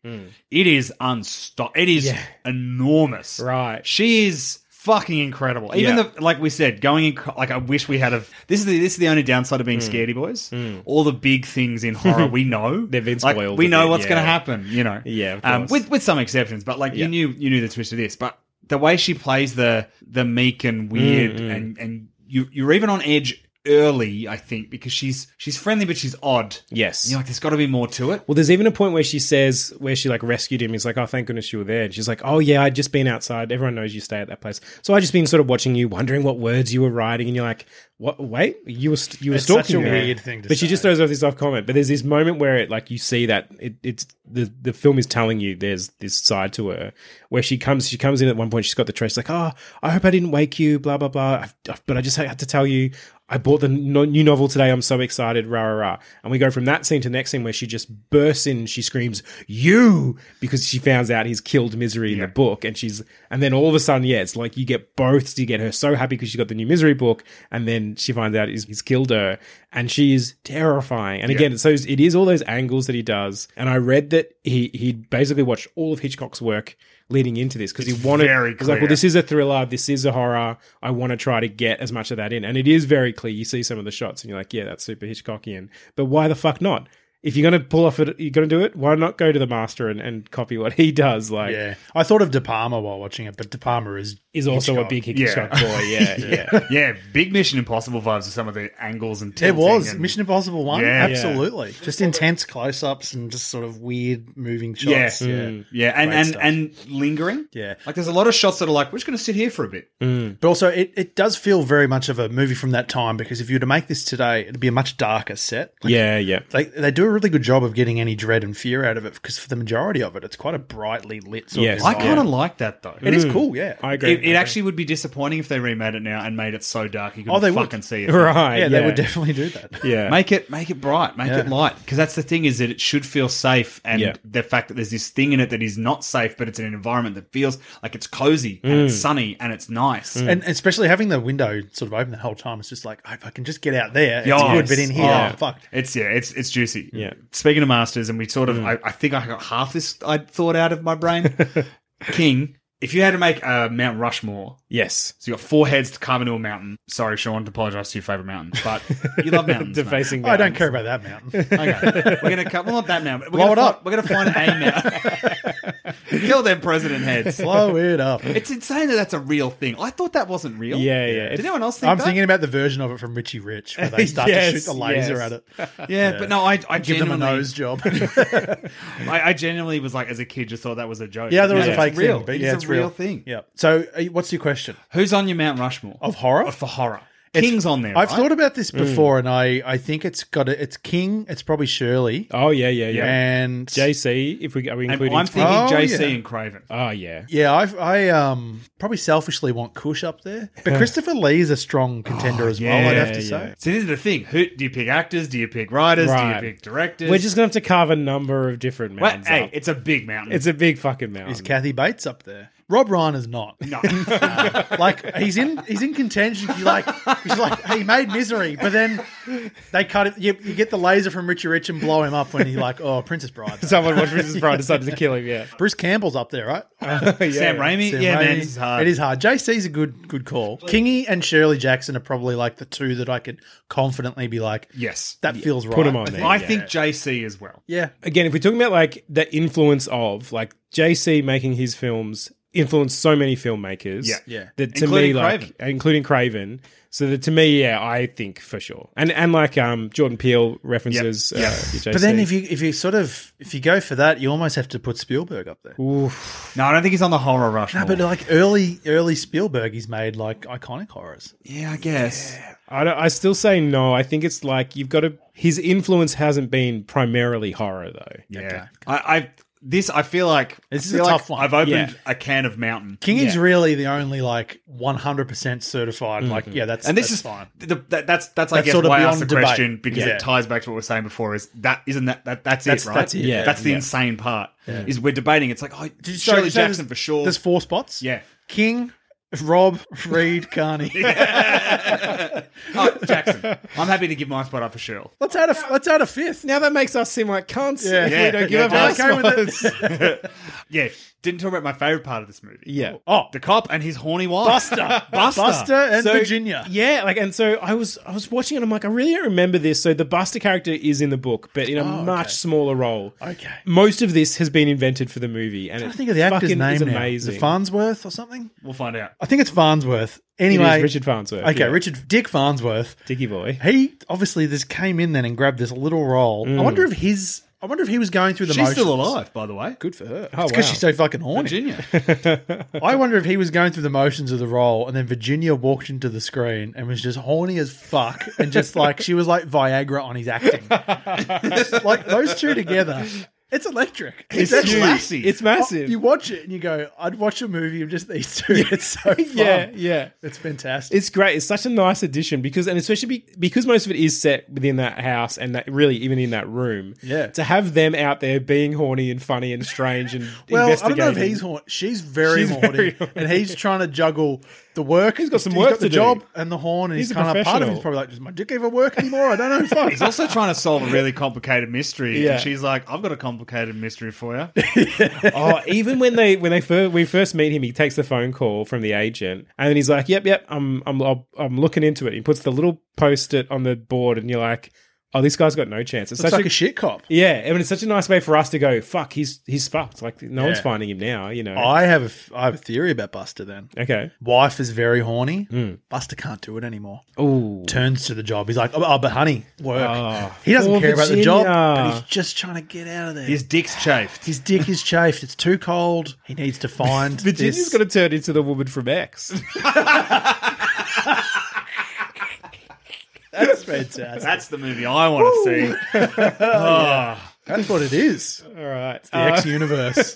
[SPEAKER 5] It is unstop. It is
[SPEAKER 2] Hmm. Yeah.
[SPEAKER 5] enormous.
[SPEAKER 2] Right.
[SPEAKER 5] She is fucking incredible. Even
[SPEAKER 2] Yeah.
[SPEAKER 5] the like we said, going in. Like I wish we had a. This is the, this is the only downside of being
[SPEAKER 2] Hmm.
[SPEAKER 5] scaredy boys. All the big things in horror, we know
[SPEAKER 2] They've been
[SPEAKER 5] Like,
[SPEAKER 2] spoiled
[SPEAKER 5] we
[SPEAKER 2] a
[SPEAKER 5] know
[SPEAKER 2] bit,
[SPEAKER 5] what's going to
[SPEAKER 2] yeah.
[SPEAKER 5] happen. You know.
[SPEAKER 2] Yeah, of
[SPEAKER 5] Um,
[SPEAKER 2] course.
[SPEAKER 5] with with some exceptions, but like
[SPEAKER 2] Yeah.
[SPEAKER 5] you knew you knew the twist of this, but the way she plays the the meek and weird
[SPEAKER 2] Hmm,
[SPEAKER 5] and and you you're even on edge early, I think, because she's she's friendly but she's odd.
[SPEAKER 2] Yes.
[SPEAKER 5] And you're like, there's got to be more to it.
[SPEAKER 2] Well, there's even a point where she says, where she like rescued him. He's like, oh, thank goodness you were there. And she's like, oh, yeah, I'd just been outside. Everyone knows you stay at that place. So I just been sort of watching you, wondering what words you were writing. And you're like, what? Wait, you were, st- you were
[SPEAKER 6] It's
[SPEAKER 2] stalking
[SPEAKER 6] such a
[SPEAKER 2] me."
[SPEAKER 6] weird thing to
[SPEAKER 2] But she
[SPEAKER 6] say.
[SPEAKER 2] just throws off this off comment. But there's this moment where it like you see that it, it's the, the film is telling you there's this side to her where she comes, she comes in at one point. She's got the tray. She's like, oh, I hope I didn't wake you, blah, blah, blah. I've, I've- but I just had to tell you, I bought the no- new novel today. I'm so excited, rah rah rah. And we go from that scene to the next scene where she just bursts in. She screams, "You!" because she finds out he's killed Misery in the book, and she's and then all of a sudden, yeah, it's like you get both. You get her so happy because she got the new Misery book, and then she finds out he's, he's killed her, and she is terrifying. And again, it's those it is all those angles that he does. And I read that that he he basically watched all of Hitchcock's work leading into this because he wanted.
[SPEAKER 5] very
[SPEAKER 2] he's like, well,
[SPEAKER 5] clear.
[SPEAKER 2] this is a thriller. This is a horror. I want to try to get as much of that in, and it is very clear. You see some of the shots, and you're like, yeah, that's super Hitchcockian. But why the fuck not? If you're gonna pull off it, you're gonna do it. Why not go to the master and, and copy what he does? Like,
[SPEAKER 6] Yeah, I thought of De Palma while watching it, but De Palma is
[SPEAKER 2] is also
[SPEAKER 6] Hitchcock.
[SPEAKER 2] a big
[SPEAKER 5] Yeah.
[SPEAKER 2] Hitchcock boy. Yeah, yeah.
[SPEAKER 5] yeah, big Mission Impossible vibes with some of the angles and
[SPEAKER 6] There
[SPEAKER 5] tilting
[SPEAKER 6] was
[SPEAKER 5] and-
[SPEAKER 6] Mission Impossible One,
[SPEAKER 5] Yeah.
[SPEAKER 6] absolutely. Just intense close-ups and just sort of weird moving
[SPEAKER 5] Yeah,
[SPEAKER 6] shots.
[SPEAKER 5] yeah,
[SPEAKER 6] Yeah,
[SPEAKER 5] Mm, yeah, and
[SPEAKER 6] Great
[SPEAKER 5] and,
[SPEAKER 6] stuff.
[SPEAKER 5] and lingering.
[SPEAKER 6] Yeah.
[SPEAKER 5] like there's a lot of shots that are like, we're just going to sit here for a bit.
[SPEAKER 6] but also it, it does feel very much of a movie from that time because if you were to make this today, it'd be a much darker set. Like,
[SPEAKER 2] yeah, yeah.
[SPEAKER 6] they they do a really good job of getting any dread and fear out of it because for the majority of it, it's quite a brightly lit. Sort
[SPEAKER 2] Yes.
[SPEAKER 6] of
[SPEAKER 5] I
[SPEAKER 6] environment.
[SPEAKER 5] kind of like that though.
[SPEAKER 6] It is cool, yeah.
[SPEAKER 2] I agree.
[SPEAKER 5] It, it actually would be disappointing if they remade it now and made it so dark you could
[SPEAKER 6] Oh, they would.
[SPEAKER 5] fucking see it.
[SPEAKER 2] right.
[SPEAKER 6] yeah, they would definitely do that.
[SPEAKER 2] Yeah.
[SPEAKER 5] Make it make it bright, make it
[SPEAKER 6] Yeah.
[SPEAKER 5] light, because that's the thing is that it should feel safe, and
[SPEAKER 2] Yeah.
[SPEAKER 5] the fact that there's this thing in it that is not safe, but it's in an environment that feels like it's cozy and it's sunny and it's nice.
[SPEAKER 6] And especially having the window sort of open the whole time, it's just like, "Oh, if I can just get out there, it's
[SPEAKER 5] Yes.
[SPEAKER 6] good, but in here,
[SPEAKER 5] Oh,
[SPEAKER 6] I'm fucked.
[SPEAKER 5] It's yeah, it's it's juicy.
[SPEAKER 2] Yeah.
[SPEAKER 5] Speaking of masters, and we sort
[SPEAKER 6] Mm.
[SPEAKER 5] of, I, I think I got half this I thought out of my brain. King, if you had to make uh, Mount Rushmore,
[SPEAKER 2] Yes.
[SPEAKER 5] so you got four heads to carve into a mountain. Sorry, Sean, to apologise to your favourite mountain, but you love mountains. mate.
[SPEAKER 2] Defacing
[SPEAKER 6] I don't
[SPEAKER 2] mountains.
[SPEAKER 6] care about that mountain.
[SPEAKER 5] Okay, we're gonna cut. Well, not that mountain. We're
[SPEAKER 6] Blow
[SPEAKER 5] gonna
[SPEAKER 6] it
[SPEAKER 5] fi-
[SPEAKER 6] up.
[SPEAKER 5] We're gonna find a mountain. Kill them president heads.
[SPEAKER 6] Blow it up.
[SPEAKER 5] It's insane that that's a real thing. I thought that wasn't real.
[SPEAKER 2] Yeah, yeah.
[SPEAKER 5] Did anyone else think
[SPEAKER 6] I'm
[SPEAKER 5] that?
[SPEAKER 6] thinking about the version of it from Richie Rich where they start
[SPEAKER 2] Yes,
[SPEAKER 6] to shoot the laser
[SPEAKER 2] yes.
[SPEAKER 6] at it,
[SPEAKER 5] yeah, but no, I, I
[SPEAKER 6] give them
[SPEAKER 5] genuinely-
[SPEAKER 6] a nose job.
[SPEAKER 5] I, I genuinely was like, as a kid, just thought that was a joke.
[SPEAKER 6] yeah, there was
[SPEAKER 5] Yeah,
[SPEAKER 6] a fake
[SPEAKER 5] it's real.
[SPEAKER 6] thing, but
[SPEAKER 5] It's
[SPEAKER 6] yeah,
[SPEAKER 5] a
[SPEAKER 6] it's
[SPEAKER 5] real
[SPEAKER 6] real
[SPEAKER 5] thing.
[SPEAKER 6] Yeah. So, uh, what's your question
[SPEAKER 5] Who's on your Mount Rushmore
[SPEAKER 6] of horror?
[SPEAKER 5] for horror?
[SPEAKER 6] It's-
[SPEAKER 5] King's on there.
[SPEAKER 6] I've
[SPEAKER 5] right?
[SPEAKER 6] thought about this before, and I I think it's got a, it's King, it's probably Shirley,
[SPEAKER 2] Oh yeah, yeah, yeah.
[SPEAKER 6] and
[SPEAKER 2] JC, if we are we
[SPEAKER 5] And
[SPEAKER 2] including?
[SPEAKER 5] I'm thinking
[SPEAKER 6] Oh,
[SPEAKER 5] JC
[SPEAKER 6] yeah.
[SPEAKER 5] and Craven.
[SPEAKER 2] oh yeah,
[SPEAKER 6] Yeah, I've, I um probably selfishly want Kush up there, but Christopher Lee's a strong contender as well. I'd have to
[SPEAKER 2] yeah.
[SPEAKER 6] say.
[SPEAKER 5] So this is the thing: Who do you pick? Actors? Do you pick writers?
[SPEAKER 2] Right.
[SPEAKER 5] Do you pick directors?
[SPEAKER 2] we're just gonna have to carve a number of different
[SPEAKER 5] Well,
[SPEAKER 2] mountains.
[SPEAKER 5] hey,
[SPEAKER 2] up.
[SPEAKER 5] it's a big mountain.
[SPEAKER 2] It's a big fucking mountain.
[SPEAKER 6] Is Kathy Bates up there? Rob Ryan is not.
[SPEAKER 5] no.
[SPEAKER 6] Like he's in he's in contention. You like he's like he made misery, but then they cut it. You, you get the laser from Richie Rich and blow him up when he's like, oh, Princess Bride.
[SPEAKER 2] Someone watched Mrs. Bride decided to kill him. Yeah,
[SPEAKER 6] Bruce Campbell's up there, right?
[SPEAKER 5] Sam Raimi?
[SPEAKER 6] Sam
[SPEAKER 5] yeah,
[SPEAKER 6] Raimi.
[SPEAKER 5] man, this is hard.
[SPEAKER 6] It is hard. JC's a good good call. Kingy and Shirley Jackson are probably like the two that I could confidently be like,
[SPEAKER 5] Yes.
[SPEAKER 6] that feels right.
[SPEAKER 2] Put 'em on there.
[SPEAKER 5] I think JC as well.
[SPEAKER 6] Yeah.
[SPEAKER 2] Again, if we're talking about like the influence of like JC making his films influenced so many filmmakers.
[SPEAKER 5] Yeah.
[SPEAKER 6] Yeah.
[SPEAKER 2] That to
[SPEAKER 5] Including
[SPEAKER 2] me, like including Craven. So that to me, yeah, I think for sure. And and like um Jordan Peele references.
[SPEAKER 5] Yeah.
[SPEAKER 2] Uh, JC.
[SPEAKER 6] But then if you if you sort of if you go for that, you almost have to put Spielberg up there.
[SPEAKER 5] No, I don't think he's on the horror rush.
[SPEAKER 6] No, but like early early Spielberg, he's made like iconic horrors.
[SPEAKER 5] yeah, I guess.
[SPEAKER 2] I, don't, I still say no. I think it's like you've got to. His influence hasn't been primarily horror though.
[SPEAKER 5] Yeah. I, I this I feel like
[SPEAKER 6] This is
[SPEAKER 5] I feel
[SPEAKER 6] a
[SPEAKER 5] like
[SPEAKER 6] tough one.
[SPEAKER 5] I've opened
[SPEAKER 2] Yeah.
[SPEAKER 5] a can of mountain.
[SPEAKER 6] King is really the only like 100% certified. Like, yeah, that's
[SPEAKER 5] and this
[SPEAKER 6] that's
[SPEAKER 5] is
[SPEAKER 6] fine.
[SPEAKER 5] The, that, that's that's I
[SPEAKER 6] That's
[SPEAKER 5] guess
[SPEAKER 6] sort of
[SPEAKER 5] why I
[SPEAKER 6] beyond
[SPEAKER 5] asked the
[SPEAKER 6] debate.
[SPEAKER 5] question because
[SPEAKER 6] Yeah.
[SPEAKER 5] it ties back to what we were saying before. Is that isn't that, that that's,
[SPEAKER 6] That's-
[SPEAKER 5] it right?
[SPEAKER 6] that's it, Yeah.
[SPEAKER 5] That's the
[SPEAKER 2] yeah.
[SPEAKER 5] insane part. Is we're debating. It's like oh,
[SPEAKER 6] Did you-
[SPEAKER 5] Shirley
[SPEAKER 6] so- so
[SPEAKER 5] Jackson
[SPEAKER 6] there's-
[SPEAKER 5] for sure.
[SPEAKER 6] There's four spots.
[SPEAKER 5] Yeah.
[SPEAKER 6] King, Rob, Reed, Carney.
[SPEAKER 5] oh, Jackson. I'm happy to give my spot up for Cheryl.
[SPEAKER 6] Let's add a let's add a fifth.
[SPEAKER 2] Now that makes us seem like cunts
[SPEAKER 6] Yeah.
[SPEAKER 2] if
[SPEAKER 6] Yeah.
[SPEAKER 2] we don't give
[SPEAKER 5] Yeah,
[SPEAKER 2] up
[SPEAKER 5] yeah.
[SPEAKER 2] our
[SPEAKER 6] Okay with it.
[SPEAKER 2] spots.
[SPEAKER 5] Yeah, didn't talk about my favorite part of this movie.
[SPEAKER 2] Yeah.
[SPEAKER 5] Oh, the cop and his horny wife.
[SPEAKER 6] Buster.
[SPEAKER 5] Buster.
[SPEAKER 6] Buster and
[SPEAKER 2] So-
[SPEAKER 6] Virginia.
[SPEAKER 2] Yeah, like and so I was I was watching it. I'm like, I really don't remember this. So the Buster character is in the book, but in a much smaller role.
[SPEAKER 6] Oh, Okay.
[SPEAKER 2] Most of this has been invented for the movie, and
[SPEAKER 6] I
[SPEAKER 2] it
[SPEAKER 6] think of the actor's
[SPEAKER 2] fucking
[SPEAKER 6] name
[SPEAKER 2] is
[SPEAKER 6] now. Is
[SPEAKER 2] amazing.
[SPEAKER 6] it Farnsworth or something?
[SPEAKER 5] We'll find out.
[SPEAKER 6] I think it's Farnsworth.
[SPEAKER 2] It is
[SPEAKER 6] Anyway,
[SPEAKER 2] Richard Farnsworth.
[SPEAKER 6] Okay,
[SPEAKER 2] yeah.
[SPEAKER 6] Richard Dick Farnsworth.
[SPEAKER 2] Dicky boy.
[SPEAKER 6] He obviously this came in then and grabbed this little role. I wonder if his. I wonder if he was going through the.
[SPEAKER 5] She's
[SPEAKER 6] motions.
[SPEAKER 5] still alive, by the way.
[SPEAKER 6] Good for her.
[SPEAKER 2] Oh,
[SPEAKER 6] it's because
[SPEAKER 2] wow.
[SPEAKER 6] she's so fucking horny.
[SPEAKER 5] Virginia.
[SPEAKER 6] I wonder if he was going through the motions of the role, and then Virginia walked into the screen and was just horny as fuck, and just like she was like Viagra on his acting. Just, like those two together, it's electric.
[SPEAKER 5] It's
[SPEAKER 6] actually- oh,
[SPEAKER 5] huge. Massive.
[SPEAKER 2] It's massive.
[SPEAKER 6] You watch it and you go, "I'd watch a movie of just these two. It's so fun.
[SPEAKER 2] yeah, yeah.
[SPEAKER 6] it's fantastic.
[SPEAKER 2] It's great. It's such a nice addition because, and especially be, because most of it is set within that house and that really even in that room.
[SPEAKER 6] Yeah.
[SPEAKER 2] To have them out there being horny and funny and strange and
[SPEAKER 6] well, I don't
[SPEAKER 2] investigating.
[SPEAKER 6] know if he's horny. She's very
[SPEAKER 2] She's
[SPEAKER 6] horny,
[SPEAKER 2] very horny.
[SPEAKER 6] and he's trying to juggle the work.
[SPEAKER 2] He's got some work
[SPEAKER 6] the
[SPEAKER 2] to do.
[SPEAKER 6] job and the horn, and
[SPEAKER 2] He's
[SPEAKER 6] he's,
[SPEAKER 2] a
[SPEAKER 6] kind of part of
[SPEAKER 2] professional.
[SPEAKER 6] him's probably like, does my dick even work anymore? I don't know. Fuck.
[SPEAKER 5] He's also trying to solve a really complicated mystery.
[SPEAKER 2] Yeah.
[SPEAKER 5] And she's like, I've got a complicated mystery for you.
[SPEAKER 2] oh, even when they when they fir- we first meet him, he takes the phone call from the agent, and then he's like, "Yep, yep, I'm I'm I'll- I'm looking into it." He puts the little post it on the board, and you're like, "Oh, this guy's got no chance." It's
[SPEAKER 6] It's
[SPEAKER 2] such
[SPEAKER 6] like
[SPEAKER 2] a,
[SPEAKER 6] a shit cop.
[SPEAKER 2] yeah. I mean, it's such a nice way for us to go. Fuck, he's he's fucked. Like no one's
[SPEAKER 6] Yeah.
[SPEAKER 2] finding him now. You know.
[SPEAKER 6] I have a f- I have a theory about Buster. Then
[SPEAKER 2] okay.
[SPEAKER 6] wife is very horny. Buster can't do it anymore.
[SPEAKER 2] Ooh.
[SPEAKER 6] Turns to the job. He's like, oh, oh, but honey, work.
[SPEAKER 2] Oh.
[SPEAKER 6] he doesn't
[SPEAKER 2] Poor
[SPEAKER 6] care about the job,
[SPEAKER 2] Virginia.
[SPEAKER 6] but he's just trying to get out of there.
[SPEAKER 5] His dick's chafed.
[SPEAKER 6] His dick is chafed. It's too cold. He needs to find.
[SPEAKER 2] Virginia's
[SPEAKER 6] this-
[SPEAKER 2] going to turn into the woman from X.
[SPEAKER 6] That's fantastic.
[SPEAKER 5] That's the movie I want to see.
[SPEAKER 6] That's what it is. Uh,
[SPEAKER 2] All right. Uh,
[SPEAKER 6] The X universe.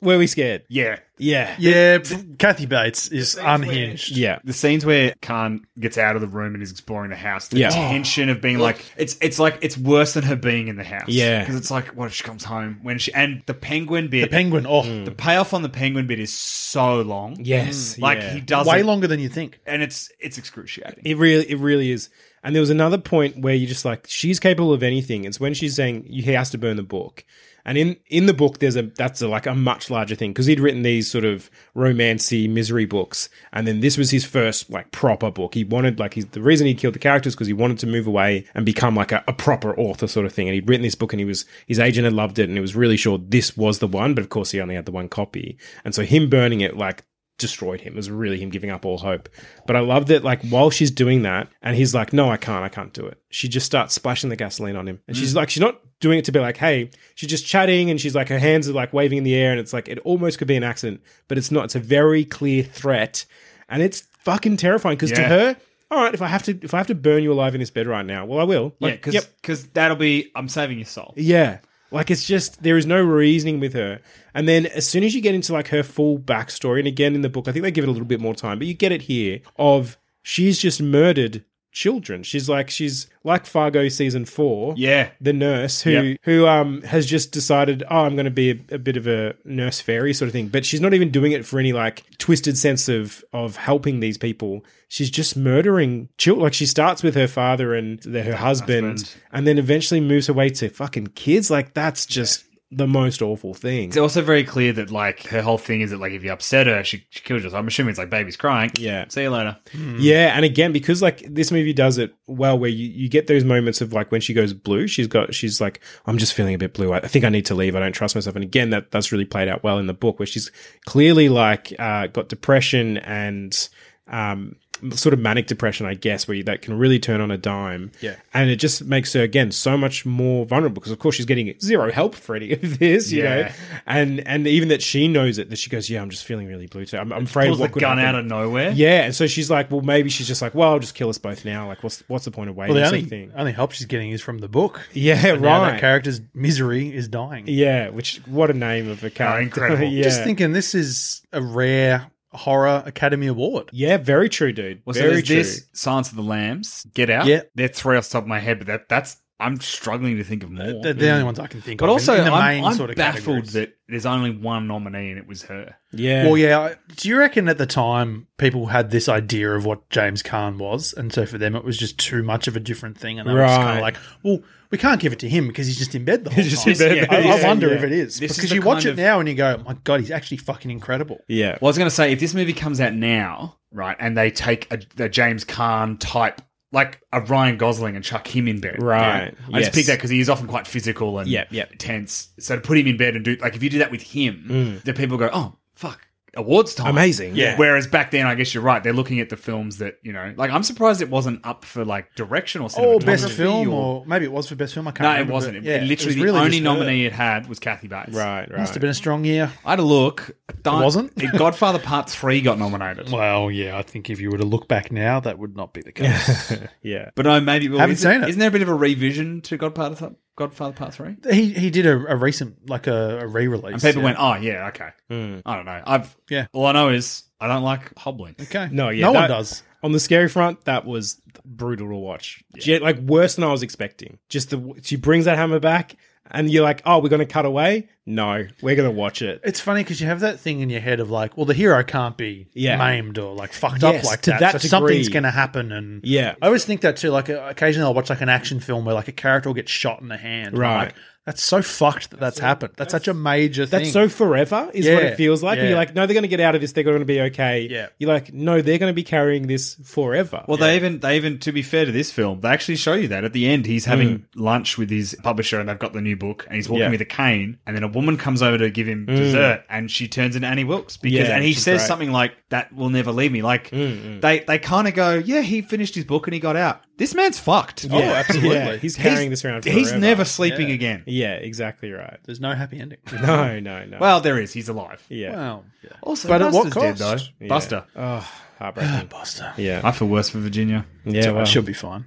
[SPEAKER 2] Were we scared?
[SPEAKER 5] Yeah.
[SPEAKER 2] Yeah.
[SPEAKER 6] Yeah, pff, Kathy Bates is unhinged.
[SPEAKER 2] Yeah.
[SPEAKER 5] The scenes where Khan gets out of the room and is exploring the house, the
[SPEAKER 2] Yeah.
[SPEAKER 5] tension of being like it's it's like it's worse than her being in the house.
[SPEAKER 2] Yeah.
[SPEAKER 5] because it's like what if she comes home when she and the penguin bit,
[SPEAKER 6] The penguin, oh,
[SPEAKER 5] the payoff on the penguin bit is so long. Mm.
[SPEAKER 2] Yes.
[SPEAKER 5] like
[SPEAKER 2] yeah.
[SPEAKER 5] he does
[SPEAKER 6] way
[SPEAKER 5] it-
[SPEAKER 6] longer than you think.
[SPEAKER 5] and it's it's excruciating.
[SPEAKER 2] It really, it really is. And there was another point where you're just like, she's capable of anything. It's when she's saying he has to burn the book. And in in the book, there's a that's a, like a much larger thing because he'd written these sort of romancy misery books, and then this was his first like proper book. He wanted like he's the reason he killed the characters because he wanted to move away and become like a, a proper author sort of thing. And he'd written this book, and he was his agent had loved it, and he was really sure this was the one. But of course, he only had the one copy, and so him burning it like destroyed him. It was really him giving up all hope. But I love that, like, while she's doing that, and he's like, no, I can't, I can't do it. She just starts splashing the gasoline on him. And
[SPEAKER 5] Mm.
[SPEAKER 2] she's like, she's not doing it to be like, hey, she's just chatting and she's like, her hands are like waving in the air. And it's like, it almost could be an accident, but it's not. It's a very clear threat. And it's fucking terrifying because to
[SPEAKER 5] Yeah.
[SPEAKER 2] her, all right, if I have to, if I have to burn you alive in this bed right now, well, I will.
[SPEAKER 5] yeah,
[SPEAKER 2] Like,
[SPEAKER 5] because
[SPEAKER 2] yep.
[SPEAKER 5] that'll be I'm saving your soul.
[SPEAKER 2] Yeah. Like it's just there is no reasoning with her. And then as soon as you get into like her full backstory, and again in the book, I think they give it a little bit more time, but you get it here of she's just murdered children. She's like she's like Fargo season four.
[SPEAKER 5] Yeah.
[SPEAKER 2] The nurse who
[SPEAKER 5] Yep.
[SPEAKER 2] who um has just decided, oh, I'm gonna be a, a bit of a nurse fairy sort of thing. But she's not even doing it for any like twisted sense of of helping these people. She's just murdering children. Like she starts with her father and the, her husband
[SPEAKER 5] Husband.
[SPEAKER 2] and then eventually moves away to fucking kids. Like that's just the most awful thing.
[SPEAKER 5] It's also very clear that like her whole thing is that like if you upset her, she, she kills you. So I'm assuming it's like baby's crying.
[SPEAKER 2] Yeah.
[SPEAKER 5] See you later.
[SPEAKER 2] Yeah, and again because like this movie does it well, where you, you get those moments of like when she goes blue, she's got she's like I'm just feeling a bit blue. I, I think I need to leave. I don't trust myself. And again, that that's really played out well in the book, where she's clearly like uh, got depression and um, sort of manic depression, I guess, where you, that can really turn on a dime.
[SPEAKER 6] Yeah.
[SPEAKER 2] and it just makes her again so much more vulnerable because, of course, she's getting zero help for any of this. You know,
[SPEAKER 5] Yeah.
[SPEAKER 2] and and even that she knows it that she goes, yeah, I'm just feeling really blue today. I'm, I'm afraid
[SPEAKER 5] Pulls the
[SPEAKER 2] what could
[SPEAKER 5] gun
[SPEAKER 2] happen."
[SPEAKER 5] out of nowhere.
[SPEAKER 6] Eh?
[SPEAKER 2] Yeah, and so she's like, well, maybe she's just like, well, I'll just kill us both now. Like, what's what's the point of Uh, waiting?
[SPEAKER 6] Well, the
[SPEAKER 2] Well,
[SPEAKER 6] only, only help she's getting is from the book.
[SPEAKER 2] Yeah,
[SPEAKER 6] And now
[SPEAKER 2] right.
[SPEAKER 6] That character's misery is dying.
[SPEAKER 2] Yeah, which what a name of a character.
[SPEAKER 5] incredible.
[SPEAKER 2] yeah.
[SPEAKER 6] Oh, Just thinking, this is a rare horror Academy Award.
[SPEAKER 2] Yeah, very true, dude.
[SPEAKER 5] Well, so
[SPEAKER 2] very
[SPEAKER 5] there's
[SPEAKER 2] true.
[SPEAKER 5] this Silence of the Lambs, Get Out.
[SPEAKER 6] Yeah.
[SPEAKER 5] they're three off the top of my head, but that that's I'm struggling to think of more.
[SPEAKER 6] They're the only ones I can think
[SPEAKER 5] but
[SPEAKER 6] of. in-
[SPEAKER 5] also,
[SPEAKER 6] in the
[SPEAKER 5] I'm,
[SPEAKER 6] main
[SPEAKER 5] I'm
[SPEAKER 6] sort of
[SPEAKER 5] baffled
[SPEAKER 6] categories.
[SPEAKER 5] that there's only one nominee and it was her.
[SPEAKER 2] Yeah.
[SPEAKER 6] Well, yeah. I- Do you reckon at the time people had this idea of what James Kahn was, and so for them it was just too much of a different thing, and they were just kind
[SPEAKER 2] Right.
[SPEAKER 6] of like, "Well, we can't give it to him because he's just in bed the whole
[SPEAKER 2] He's just
[SPEAKER 6] time."
[SPEAKER 2] in bed the
[SPEAKER 6] I,
[SPEAKER 2] whole
[SPEAKER 6] I
[SPEAKER 2] time,
[SPEAKER 6] wonder
[SPEAKER 2] yeah.
[SPEAKER 6] if it is
[SPEAKER 5] This is
[SPEAKER 6] because
[SPEAKER 5] the
[SPEAKER 6] you watch
[SPEAKER 5] kind
[SPEAKER 6] it
[SPEAKER 5] of-
[SPEAKER 6] now and you go, "My God, he's actually fucking incredible."
[SPEAKER 2] yeah.
[SPEAKER 5] Well, I was going to say if this movie comes out now, right, and they take a, a James Caan type, like a Ryan Gosling, and chuck him in bed,
[SPEAKER 2] Right,
[SPEAKER 5] I
[SPEAKER 2] yes.
[SPEAKER 5] just pick that because he is often quite physical and
[SPEAKER 2] Yep, yep.
[SPEAKER 5] tense. So to put him in bed and do like if you do that with him, the people go, oh fuck, awards time,
[SPEAKER 2] Mm. Amazing. Yeah.
[SPEAKER 5] Whereas back then, I guess you're right. They're looking at the films that you know. Like I'm surprised it wasn't up for like direction or
[SPEAKER 6] Or
[SPEAKER 5] cinematography
[SPEAKER 6] best film,
[SPEAKER 5] or-
[SPEAKER 6] or maybe it was for best film. I can't.
[SPEAKER 5] no, it
[SPEAKER 6] remember,
[SPEAKER 5] wasn't. It,
[SPEAKER 6] but yeah,
[SPEAKER 5] it literally
[SPEAKER 6] was
[SPEAKER 5] the only
[SPEAKER 6] just her.
[SPEAKER 5] nominee it had was Kathy Bates.
[SPEAKER 2] Right, right.
[SPEAKER 6] Must have been a strong year.
[SPEAKER 5] I had a look. Don't-
[SPEAKER 6] wasn't?
[SPEAKER 5] Godfather Part Three got nominated.
[SPEAKER 6] Well, yeah, I think if you were to look back now, that would not be the case.
[SPEAKER 2] yeah.
[SPEAKER 5] But no, maybe well,
[SPEAKER 6] Haven't
[SPEAKER 5] isn't-
[SPEAKER 6] seen it.
[SPEAKER 5] Isn't there a bit of a revision to Godfather Th- Godfather Part Three?
[SPEAKER 6] he he did a, a recent like a, a re-release.
[SPEAKER 5] And people
[SPEAKER 6] yeah.
[SPEAKER 5] went, "Oh yeah, okay." I don't know. I've
[SPEAKER 6] Yeah.
[SPEAKER 5] All I know is I don't like hobbling.
[SPEAKER 6] okay,
[SPEAKER 2] "Oh, No, yeah.
[SPEAKER 6] no one
[SPEAKER 2] that-
[SPEAKER 6] does.
[SPEAKER 2] On the scary front, that was brutal to watch. Ge- like worse than I was expecting. Just the she brings that hammer back and you're like, "Oh, we're going to cut away?" No, we're going to watch it.
[SPEAKER 6] It's funny because you have that thing in your head of like, well, the hero can't be
[SPEAKER 2] Yeah.
[SPEAKER 6] maimed or like fucked
[SPEAKER 2] Yes,
[SPEAKER 6] up like
[SPEAKER 2] to
[SPEAKER 6] that.
[SPEAKER 2] that
[SPEAKER 6] so something's
[SPEAKER 2] degree.
[SPEAKER 6] going to happen, and
[SPEAKER 2] Yeah.
[SPEAKER 6] I always think that too. Like uh, occasionally, I'll watch like an action film where like a character will get shot in the hand. and I'm
[SPEAKER 2] Right.
[SPEAKER 6] like, that's so fucked that that's, happened. That's, such a major thing.
[SPEAKER 2] That's so forever, is what
[SPEAKER 6] Yeah,
[SPEAKER 2] it feels like. And
[SPEAKER 6] yeah.
[SPEAKER 2] you're like, no, they're going to get out of this. They're going to be okay.
[SPEAKER 6] Yeah.
[SPEAKER 2] You're like, no, they're going to be carrying this forever.
[SPEAKER 5] Well, they even they even to be fair to this film, they actually show you that at the end he's having lunch with his publisher and they've got the new book and he's walking
[SPEAKER 2] Mm. Yeah. Mm.
[SPEAKER 5] with a cane and then a woman comes over to give him dessert and she turns into Annie Wilkes because
[SPEAKER 2] Yeah,
[SPEAKER 5] and he
[SPEAKER 2] which is
[SPEAKER 5] says
[SPEAKER 2] great. Mm,
[SPEAKER 5] something like that will never leave me like they they kind of go yeah he finished his book and he got out this man's fucked Oh,
[SPEAKER 2] Yeah. Yeah, he's carrying this around
[SPEAKER 5] he's
[SPEAKER 2] forever.
[SPEAKER 5] never sleeping again
[SPEAKER 2] Yeah, exactly right.
[SPEAKER 6] There's no happy ending.
[SPEAKER 2] No, no, no.
[SPEAKER 5] well there is he's alive
[SPEAKER 2] yeah.
[SPEAKER 6] Wow. Yeah.
[SPEAKER 5] also
[SPEAKER 6] But at what
[SPEAKER 5] Buster's
[SPEAKER 6] cost?
[SPEAKER 5] dead, though Buster
[SPEAKER 2] Oh, heartbreaking.
[SPEAKER 6] Buster.
[SPEAKER 2] yeah.
[SPEAKER 5] I feel worse for Virginia
[SPEAKER 2] Yeah, well,
[SPEAKER 6] She'll be fine.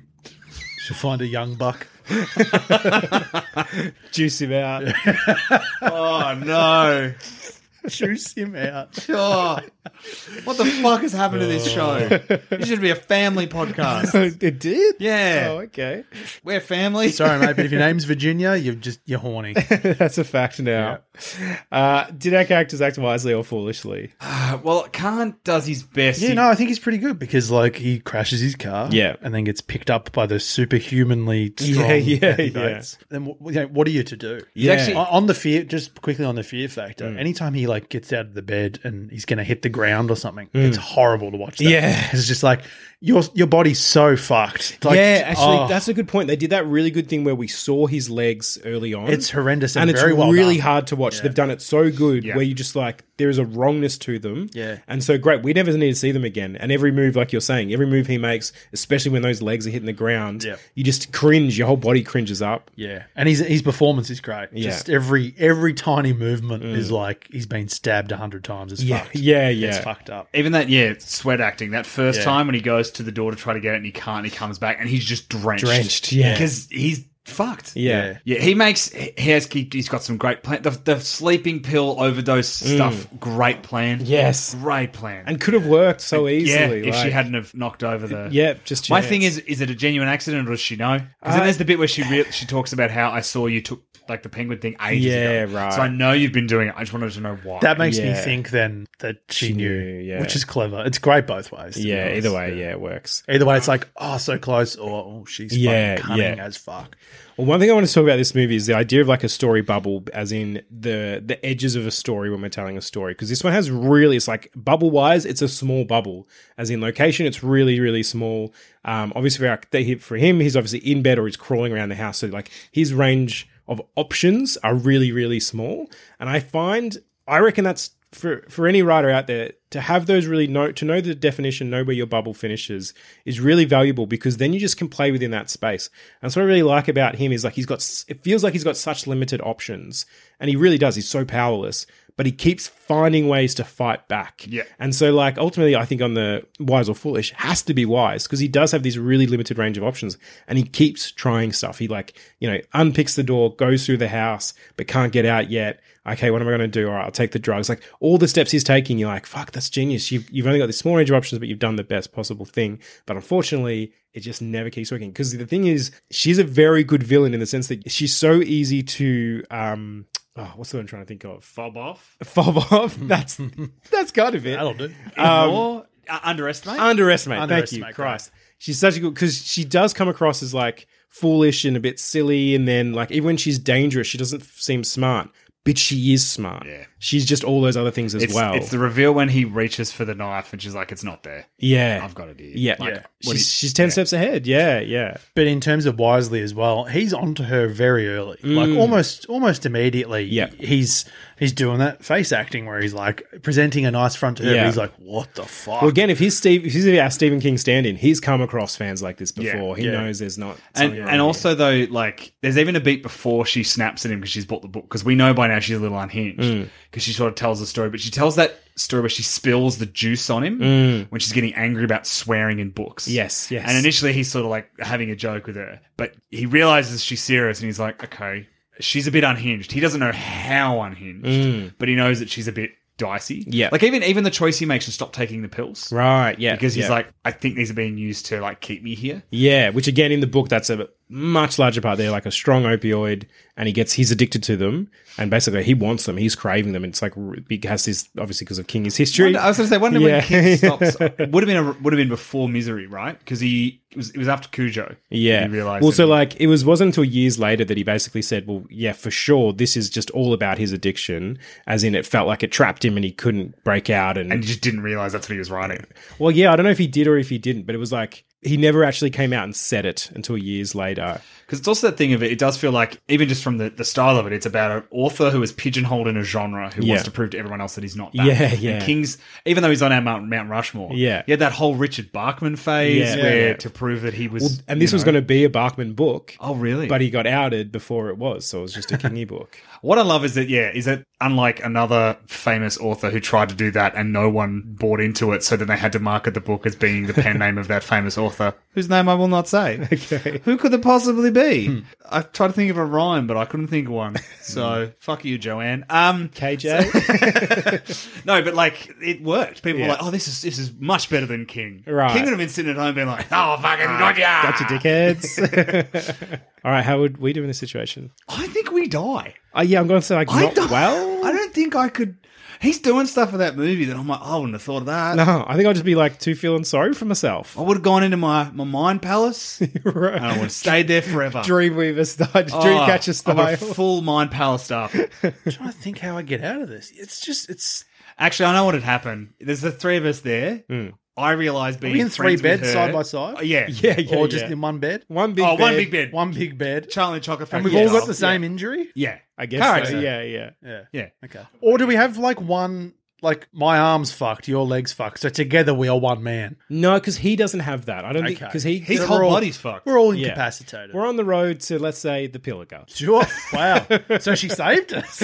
[SPEAKER 6] She'll find a young buck.
[SPEAKER 2] juice him out.
[SPEAKER 5] oh no
[SPEAKER 6] Juice him out.
[SPEAKER 5] Oh, what the fuck has happened to
[SPEAKER 2] Oh.
[SPEAKER 5] this show? This should be a family podcast.
[SPEAKER 2] it did?
[SPEAKER 5] Yeah,
[SPEAKER 2] Oh, okay.
[SPEAKER 5] we're family.
[SPEAKER 6] Sorry, mate, but if your name's Virginia, you're just you're horny.
[SPEAKER 2] That's a fact now. Uh, did our characters act wisely or foolishly?
[SPEAKER 5] Uh, well, Khan does his best.
[SPEAKER 6] Yeah,
[SPEAKER 5] He-
[SPEAKER 6] no, I think he's pretty good because like he crashes his car,
[SPEAKER 2] Yeah.
[SPEAKER 6] and then gets picked up by the superhumanly strong
[SPEAKER 2] Yeah, yeah,
[SPEAKER 6] Kathy
[SPEAKER 2] yeah.
[SPEAKER 6] Bates. Then wh- you know, what are you to do?
[SPEAKER 2] Yeah. actually- Mm.
[SPEAKER 6] on on the fear. Just quickly on the fear factor. Anytime he like gets out of the bed and he's going to hit the ground or something, it's horrible to watch. That.
[SPEAKER 2] Mm. Yeah.
[SPEAKER 6] it's just like your your body's so fucked. It's like,
[SPEAKER 2] yeah, actually,
[SPEAKER 6] oh,
[SPEAKER 2] that's a good point. They did that really good thing where we saw his legs early on.
[SPEAKER 6] It's horrendous and
[SPEAKER 2] it's
[SPEAKER 6] very well
[SPEAKER 2] really
[SPEAKER 6] done.
[SPEAKER 2] hard to watch. They've done it so good where you just like there is a wrongness to them.
[SPEAKER 6] Yeah.
[SPEAKER 2] and so great. We never need to see them again. And every move, like you're saying, every move he makes, especially when those legs are hitting the ground,
[SPEAKER 6] Yeah.
[SPEAKER 2] you just cringe. Your whole body cringes up.
[SPEAKER 6] yeah. And his his performance is great.
[SPEAKER 2] Yeah. Mm.
[SPEAKER 6] Just every every tiny movement is like he's been stabbed a hundred times. It's
[SPEAKER 2] Yeah,
[SPEAKER 6] fucked.
[SPEAKER 2] yeah, yeah.
[SPEAKER 6] It's fucked up.
[SPEAKER 5] Even that, yeah, sweat acting. That first
[SPEAKER 6] Yeah.
[SPEAKER 5] time when he goes to the door to try to get it and he can't, and he comes back and he's just drenched.
[SPEAKER 2] Drenched, yeah.
[SPEAKER 5] Because he's fucked.
[SPEAKER 2] Yeah.
[SPEAKER 5] Yeah, he makes, he has, he, he's got some great plan. The, the sleeping pill overdose stuff, great plan.
[SPEAKER 2] Yes.
[SPEAKER 5] Great plan.
[SPEAKER 2] Mm. and could have worked so easily.
[SPEAKER 5] Yeah, if she
[SPEAKER 2] like-
[SPEAKER 5] hadn't have knocked over the.
[SPEAKER 2] Yeah, just
[SPEAKER 5] my
[SPEAKER 2] chance.
[SPEAKER 5] thing is, is it a genuine accident or does she know? Because then there's the bit where she re- she talks about how I saw you took like the penguin thing ages
[SPEAKER 2] Yeah,
[SPEAKER 5] ago.
[SPEAKER 2] right.
[SPEAKER 5] So I know you've been doing it. I just wanted to know why.
[SPEAKER 6] That makes me
[SPEAKER 2] Yeah.
[SPEAKER 6] think then that she,
[SPEAKER 2] She
[SPEAKER 6] knew,
[SPEAKER 2] knew, yeah.
[SPEAKER 6] which is clever. It's great both ways. to be
[SPEAKER 2] yeah,
[SPEAKER 6] honest.
[SPEAKER 2] either way, yeah, it works.
[SPEAKER 6] Either way, it's like, oh, so close, or oh, she's
[SPEAKER 2] Yeah,
[SPEAKER 6] fucking cunning
[SPEAKER 2] yeah.
[SPEAKER 6] as fuck.
[SPEAKER 2] Well, one thing I want to talk about this movie is the idea of like a story bubble, as in the the edges of a story when we're telling a story. Because this one has really, it's like bubble wise, it's a small bubble, as in location, it's really really small. Um, obviously, for, our, they- for him, he's obviously in bed or he's crawling around the house, so like his range of options are really really small. And I find, I reckon that's for for any writer out there to have those really know to know the definition, know where your bubble finishes is really valuable because then you just can play within that space. And so what I really like about him is like he's got s- it feels like he's got such limited options, and he really does. He's so powerless, but he keeps finding ways to fight back.
[SPEAKER 5] Yeah.
[SPEAKER 2] And so like ultimately, I think on the wise or foolish has to be wise because he does have this really limited range of options, and he keeps trying stuff. He like you know unpicks the door, goes through the house, but can't get out yet. Okay, what am I going to do? All right, I'll take the drugs. Like all the steps he's taking, you're like, fuck, that's genius. You've, you've only got this small range of options, but you've done the best possible thing. But unfortunately, it just never keeps working. Because the thing is, she's a very good villain in the sense that she's so easy to, um, oh, what's the one I'm trying to think of?
[SPEAKER 5] Fob off.
[SPEAKER 2] Fob off. That's that's kind of it.
[SPEAKER 6] That'll do.
[SPEAKER 2] Um,
[SPEAKER 5] Ignore. Uh, underestimate.
[SPEAKER 2] underestimate. Thank
[SPEAKER 6] Underestimate,
[SPEAKER 2] you, Christ. She's such a good because she does come across as like foolish and a bit silly, and then like even when she's dangerous, she doesn't f- seem smart, but she is smart.
[SPEAKER 5] Yeah.
[SPEAKER 2] she's just all those other things as
[SPEAKER 5] it's,
[SPEAKER 2] well.
[SPEAKER 5] it's the reveal when he reaches for the knife and she's like, it's not there.
[SPEAKER 2] yeah,
[SPEAKER 5] I've got it here.
[SPEAKER 2] Yeah,
[SPEAKER 5] Like,
[SPEAKER 2] yeah.
[SPEAKER 5] what do you-
[SPEAKER 2] She's, she's ten steps ahead. Yeah, yeah.
[SPEAKER 6] But in terms of wisely as well, he's onto her very early, like almost almost immediately.
[SPEAKER 2] Mm. Yeah.
[SPEAKER 6] he's he's doing that face acting where he's like presenting a nice front to her. but
[SPEAKER 2] Yeah.
[SPEAKER 6] he's like, "What the fuck?"
[SPEAKER 2] Well, again, if he's Steve, if he's our Stephen King stand-in, he's come across fans like this
[SPEAKER 5] Yeah,
[SPEAKER 2] before. he
[SPEAKER 6] yeah.
[SPEAKER 2] knows there's not
[SPEAKER 5] And,
[SPEAKER 2] something wrong
[SPEAKER 5] and
[SPEAKER 2] here.
[SPEAKER 5] also though, like there's even a beat before she snaps at him because she's bought the book because we know by now she's a little unhinged
[SPEAKER 2] Mm.
[SPEAKER 5] because she sort of tells the story, but she tells that story where she spills the juice on him when she's getting angry about swearing in books.
[SPEAKER 2] Mm. Yes, yes.
[SPEAKER 5] And initially he's sort of like having a joke with her, but he realizes she's serious and he's like, okay, she's a bit unhinged. He doesn't know how unhinged, but he knows that she's a bit dicey.
[SPEAKER 2] Mm. Yeah.
[SPEAKER 5] like even even the choice he makes to stop taking the pills,
[SPEAKER 2] right, yeah,
[SPEAKER 5] Because he's
[SPEAKER 2] yeah.
[SPEAKER 5] like, I think these are being used to like keep me here.
[SPEAKER 2] Yeah, which again in the book that's a much larger part. They're like a strong opioid, and he gets he's addicted to them, and basically he wants them, he's craving them, and it's like he has this obviously because of King's history.
[SPEAKER 5] Wonder- I was going to say, wonder
[SPEAKER 2] Yeah.
[SPEAKER 5] when King stops. Would have been a, would have been before Misery, right? Because he it was it was after Cujo.
[SPEAKER 2] yeah.
[SPEAKER 5] that he realized.
[SPEAKER 2] well, so
[SPEAKER 5] that-
[SPEAKER 2] like it was wasn't until years later that he basically said, "Well, yeah, for sure, this is just all about his addiction." As in, it felt like it trapped him, and he couldn't break out. And,
[SPEAKER 5] and he just didn't realize that's what he was writing.
[SPEAKER 2] well, yeah, I don't know if he did or if he didn't, but it was like he never actually came out and said it until years later.
[SPEAKER 5] Because it's also that thing of it. It does feel like even just from the, the style of it, it's about an author who is pigeonholed in a genre who
[SPEAKER 2] Yeah.
[SPEAKER 5] wants to prove to everyone else that he's not. That.
[SPEAKER 2] Yeah,
[SPEAKER 5] And
[SPEAKER 2] yeah.
[SPEAKER 5] King's even though he's on our Mount, Mount Rushmore.
[SPEAKER 2] Yeah.
[SPEAKER 5] he had that whole Richard Bachman phase
[SPEAKER 2] Yeah.
[SPEAKER 5] where
[SPEAKER 2] Yeah.
[SPEAKER 5] to prove that he was.
[SPEAKER 2] Well, and this
[SPEAKER 5] you
[SPEAKER 2] was
[SPEAKER 5] know-
[SPEAKER 2] going to be a Barkman book.
[SPEAKER 5] Oh really?
[SPEAKER 2] But he got outed before it was, so it was just a Kingy book.
[SPEAKER 5] What I love is that, yeah, is that unlike another famous author who tried to do that and no one bought into it, so then they had to market the book as being the pen name of that famous author, whose name I will not say. Okay. Who could it possibly be?
[SPEAKER 2] Hmm.
[SPEAKER 5] I tried to think of a rhyme, but I couldn't think of one.
[SPEAKER 2] Hmm.
[SPEAKER 5] So fuck you, Joanne. Um,
[SPEAKER 2] KJ?
[SPEAKER 5] no, but like it worked. People
[SPEAKER 2] Yeah.
[SPEAKER 5] were like, "Oh, this is this is much better than King."
[SPEAKER 2] Right.
[SPEAKER 5] King would have been sitting at home being like, "Oh, fucking gotcha,
[SPEAKER 2] Gotcha, dickheads. All right, how would we do in this situation?
[SPEAKER 5] I think we die.
[SPEAKER 2] Oh, yeah, I'm going to say, like,
[SPEAKER 5] I
[SPEAKER 2] not
[SPEAKER 5] don't,
[SPEAKER 2] well.
[SPEAKER 5] I don't think I could. He's doing stuff for that movie that I'm like, I wouldn't have thought of that.
[SPEAKER 2] No, I think I'll just be like too feeling sorry for myself.
[SPEAKER 5] I would have gone into my, my mind palace and Oh, I would
[SPEAKER 2] right.
[SPEAKER 5] have stayed there forever.
[SPEAKER 2] Dreamweaver style,
[SPEAKER 5] Oh,
[SPEAKER 2] Dreamcatcher
[SPEAKER 5] I'm a
[SPEAKER 2] style.
[SPEAKER 5] full mind palace stuff.
[SPEAKER 6] I'm trying to think how I get out of this. It's just it's
[SPEAKER 5] Actually, I know what had happened. There's the three of us there. I realized being
[SPEAKER 6] we in three
[SPEAKER 5] friends with
[SPEAKER 6] beds
[SPEAKER 5] her-
[SPEAKER 6] side by side?
[SPEAKER 5] Uh, yeah.
[SPEAKER 2] Yeah, yeah,
[SPEAKER 6] or just
[SPEAKER 2] yeah.
[SPEAKER 6] in one bed,
[SPEAKER 2] one big
[SPEAKER 5] Oh,
[SPEAKER 2] bed.
[SPEAKER 5] one big bed.
[SPEAKER 6] one big bed,
[SPEAKER 5] Charlie and Chocolate
[SPEAKER 6] and
[SPEAKER 5] Factory
[SPEAKER 6] we've all
[SPEAKER 5] style.
[SPEAKER 6] got the same injury.
[SPEAKER 5] Yeah.
[SPEAKER 2] I guess.
[SPEAKER 5] Correct.
[SPEAKER 2] So. Yeah, yeah.
[SPEAKER 6] Yeah.
[SPEAKER 5] Yeah.
[SPEAKER 6] Okay. Or do we have like one? Like my arms fucked, your legs fucked. So together we are one man.
[SPEAKER 2] No, because he doesn't have that. I don't think
[SPEAKER 6] Okay.
[SPEAKER 2] because he
[SPEAKER 5] His
[SPEAKER 6] So
[SPEAKER 5] whole
[SPEAKER 6] we're all-
[SPEAKER 5] body's fucked.
[SPEAKER 6] We're all
[SPEAKER 2] Yeah.
[SPEAKER 6] incapacitated.
[SPEAKER 2] We're on the road to let's say the Pilliga.
[SPEAKER 6] Sure. Wow. so she saved us.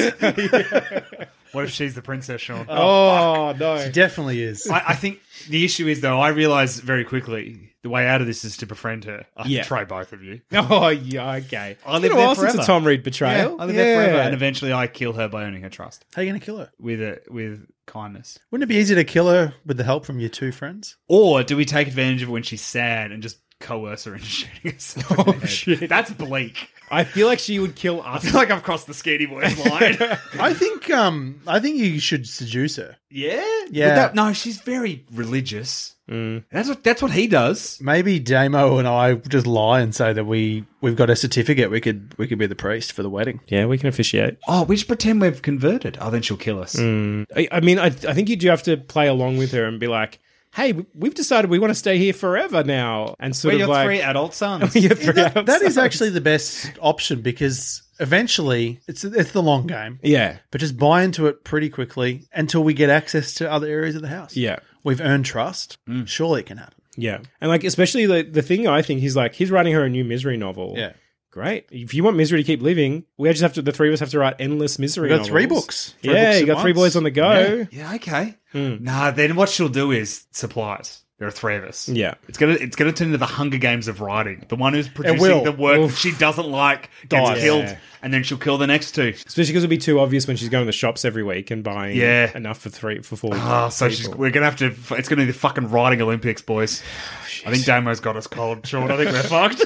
[SPEAKER 5] What if she's the princess, Sean?
[SPEAKER 2] Oh, no.
[SPEAKER 6] She definitely is.
[SPEAKER 5] I, I think the issue is though. I realize very quickly the way out of this is to befriend her. I
[SPEAKER 2] Yeah.
[SPEAKER 5] can try both of you.
[SPEAKER 2] Oh, yeah. Okay.
[SPEAKER 5] I
[SPEAKER 2] It's been
[SPEAKER 5] live
[SPEAKER 2] a
[SPEAKER 5] there
[SPEAKER 2] while since a
[SPEAKER 5] forever.
[SPEAKER 2] Tom Reed betrayal.
[SPEAKER 5] I live there forever,
[SPEAKER 2] Yeah.
[SPEAKER 5] and eventually I kill her by earning her trust
[SPEAKER 6] How are you going to kill her?
[SPEAKER 5] with a, with kindness.
[SPEAKER 6] Wouldn't it be easy to kill her with the help from your two friends?
[SPEAKER 5] Or do we take advantage of when she's sad and just coerce her into shooting herself? in the
[SPEAKER 2] Oh,
[SPEAKER 5] head?
[SPEAKER 2] shit.
[SPEAKER 5] That's bleak.
[SPEAKER 2] I feel like she would kill
[SPEAKER 5] I
[SPEAKER 2] us.
[SPEAKER 5] feel like I've crossed the skinny boys line.
[SPEAKER 6] I think um I think you should seduce her.
[SPEAKER 5] yeah, But
[SPEAKER 6] Yeah.
[SPEAKER 5] that- no, she's very religious.
[SPEAKER 2] Mm.
[SPEAKER 5] That's what that's what he does.
[SPEAKER 6] Maybe Damo and I just lie and say that we we've got a certificate. We could we could be the priest for the wedding.
[SPEAKER 2] Yeah, we can officiate.
[SPEAKER 5] Oh, we just pretend we've converted. Oh, then she'll kill us.
[SPEAKER 2] Mm. I, I mean, I, I think you do have to play along with her and be like, "Hey, we- we've decided we want to stay here forever now," and sort
[SPEAKER 5] We're your
[SPEAKER 2] of like,
[SPEAKER 5] three adult sons.
[SPEAKER 2] You're three
[SPEAKER 6] That is
[SPEAKER 2] outside.
[SPEAKER 6] actually the best option because eventually it's it's the long game.
[SPEAKER 2] Yeah.
[SPEAKER 6] But just buy into it pretty quickly until we get access to other areas of the house.
[SPEAKER 2] Yeah. Mm.
[SPEAKER 6] We've earned trust. Surely it can happen.
[SPEAKER 2] Yeah. And like especially the the thing I think he's like he's writing her a new misery novel.
[SPEAKER 6] Yeah.
[SPEAKER 2] Great. If you want misery to keep living, we just have to the three of us have to write endless misery.
[SPEAKER 6] We got three
[SPEAKER 2] novels.
[SPEAKER 6] books. Three
[SPEAKER 2] yeah,
[SPEAKER 6] books
[SPEAKER 2] you
[SPEAKER 6] at
[SPEAKER 2] got three
[SPEAKER 6] once.
[SPEAKER 2] boys on the go.
[SPEAKER 5] Yeah, okay.
[SPEAKER 2] Mm.
[SPEAKER 5] Nah, then what she'll do is supplies. There are three of us.
[SPEAKER 2] Yeah.
[SPEAKER 5] It's gonna it's gonna turn into the Hunger Games of writing. The one who's
[SPEAKER 6] will.
[SPEAKER 5] producing the work
[SPEAKER 2] Oof.
[SPEAKER 5] she doesn't like gets
[SPEAKER 6] Dies.
[SPEAKER 5] killed,
[SPEAKER 2] Yeah.
[SPEAKER 5] and then she'll kill the next two.
[SPEAKER 2] Especially because it'll be too obvious when she's going to the shops every week and buying
[SPEAKER 5] Yeah.
[SPEAKER 2] enough for three for four.
[SPEAKER 5] Ah, so she's,
[SPEAKER 2] people.
[SPEAKER 5] we're gonna have to. It's gonna be the fucking writing Olympics, boys.
[SPEAKER 6] Oh,
[SPEAKER 5] I think Damo's got us cold, Sean. I think we're fucked.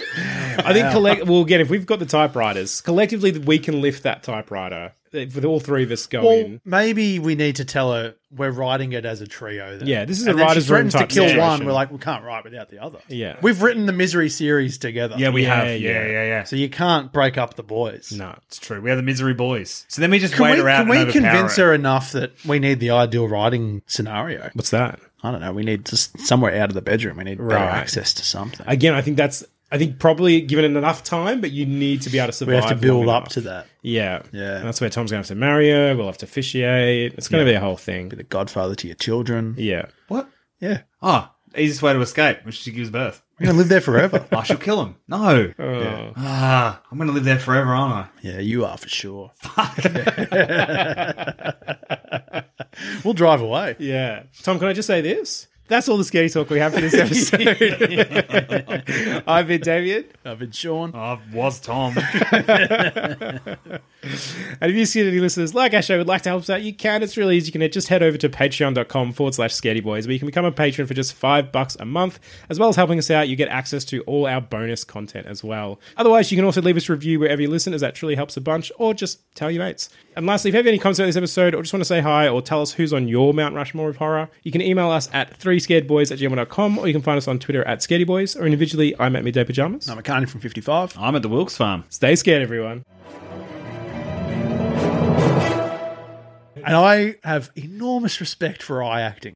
[SPEAKER 2] I think collect well again if we've got the typewriters collectively we can lift that typewriter if with all three of us go
[SPEAKER 6] Well,
[SPEAKER 2] in.
[SPEAKER 6] maybe we need to tell her we're writing it as a trio. Then.
[SPEAKER 2] Yeah, this is
[SPEAKER 6] And
[SPEAKER 2] a
[SPEAKER 6] then she
[SPEAKER 2] writer's room
[SPEAKER 6] threatens to
[SPEAKER 2] type
[SPEAKER 6] kill one.
[SPEAKER 2] situation.
[SPEAKER 6] We're like, we can't write without the other.
[SPEAKER 2] Yeah.
[SPEAKER 6] we've written the misery series together.
[SPEAKER 5] Yeah, we
[SPEAKER 2] Yeah,
[SPEAKER 5] have. Yeah, yeah,
[SPEAKER 2] yeah.
[SPEAKER 5] yeah.
[SPEAKER 6] So you can't break up the boys.
[SPEAKER 2] No,
[SPEAKER 5] it's true. We are the misery boys. So then we just
[SPEAKER 6] Can
[SPEAKER 5] wait
[SPEAKER 6] we,
[SPEAKER 5] her out.
[SPEAKER 6] can we
[SPEAKER 5] and overpower
[SPEAKER 6] convince her enough that we need the ideal writing scenario?
[SPEAKER 2] what's that?
[SPEAKER 6] I don't know. We need just somewhere out of the bedroom. We need better
[SPEAKER 2] Right.
[SPEAKER 6] access to something.
[SPEAKER 2] Again, I think that's I think probably given it enough time, but you need to be able to survive.
[SPEAKER 6] we have to
[SPEAKER 2] long
[SPEAKER 6] build up
[SPEAKER 2] enough.
[SPEAKER 6] to that.
[SPEAKER 2] Yeah,
[SPEAKER 6] Yeah.
[SPEAKER 2] And that's where Tom's gonna have to marry her. We'll have to officiate. It's gonna be a whole thing.
[SPEAKER 6] Be the godfather to your children.
[SPEAKER 2] Yeah,
[SPEAKER 5] What?
[SPEAKER 6] Yeah.
[SPEAKER 5] Oh, easiest way to escape, which she gives birth.
[SPEAKER 6] We're going to live there forever.
[SPEAKER 5] I shall kill him. No. Ah, I'm gonna live there forever, aren't I?
[SPEAKER 6] yeah, you are for sure. we'll drive away.
[SPEAKER 2] yeah. Tom, can I just say this? That's all the scary talk we have for this episode. I've been Damien.
[SPEAKER 6] I've been Sean.
[SPEAKER 5] I was Tom.
[SPEAKER 2] And if you see any listeners like our show would like to help us out, you can. It's really easy. You can just head over to patreon.com forward slash scaredy boys, where you can become a patron for just five bucks a month. As well as helping us out, you get access to all our bonus content as well. Otherwise, you can also leave us a review wherever you listen, as that truly helps a bunch, or just tell your mates. And lastly, if you have any comments about this episode or just want to say hi or tell us who's on your Mount Rushmore of horror, you can email us at 3scaredboys at gmail.com or you can find us on Twitter at scaredyboys or individually, I'm at midday pajamas.
[SPEAKER 6] I'm a carny from 55.
[SPEAKER 5] I'm at the Wilkes farm.
[SPEAKER 2] Stay scared, everyone.
[SPEAKER 6] And I have enormous respect for eye acting.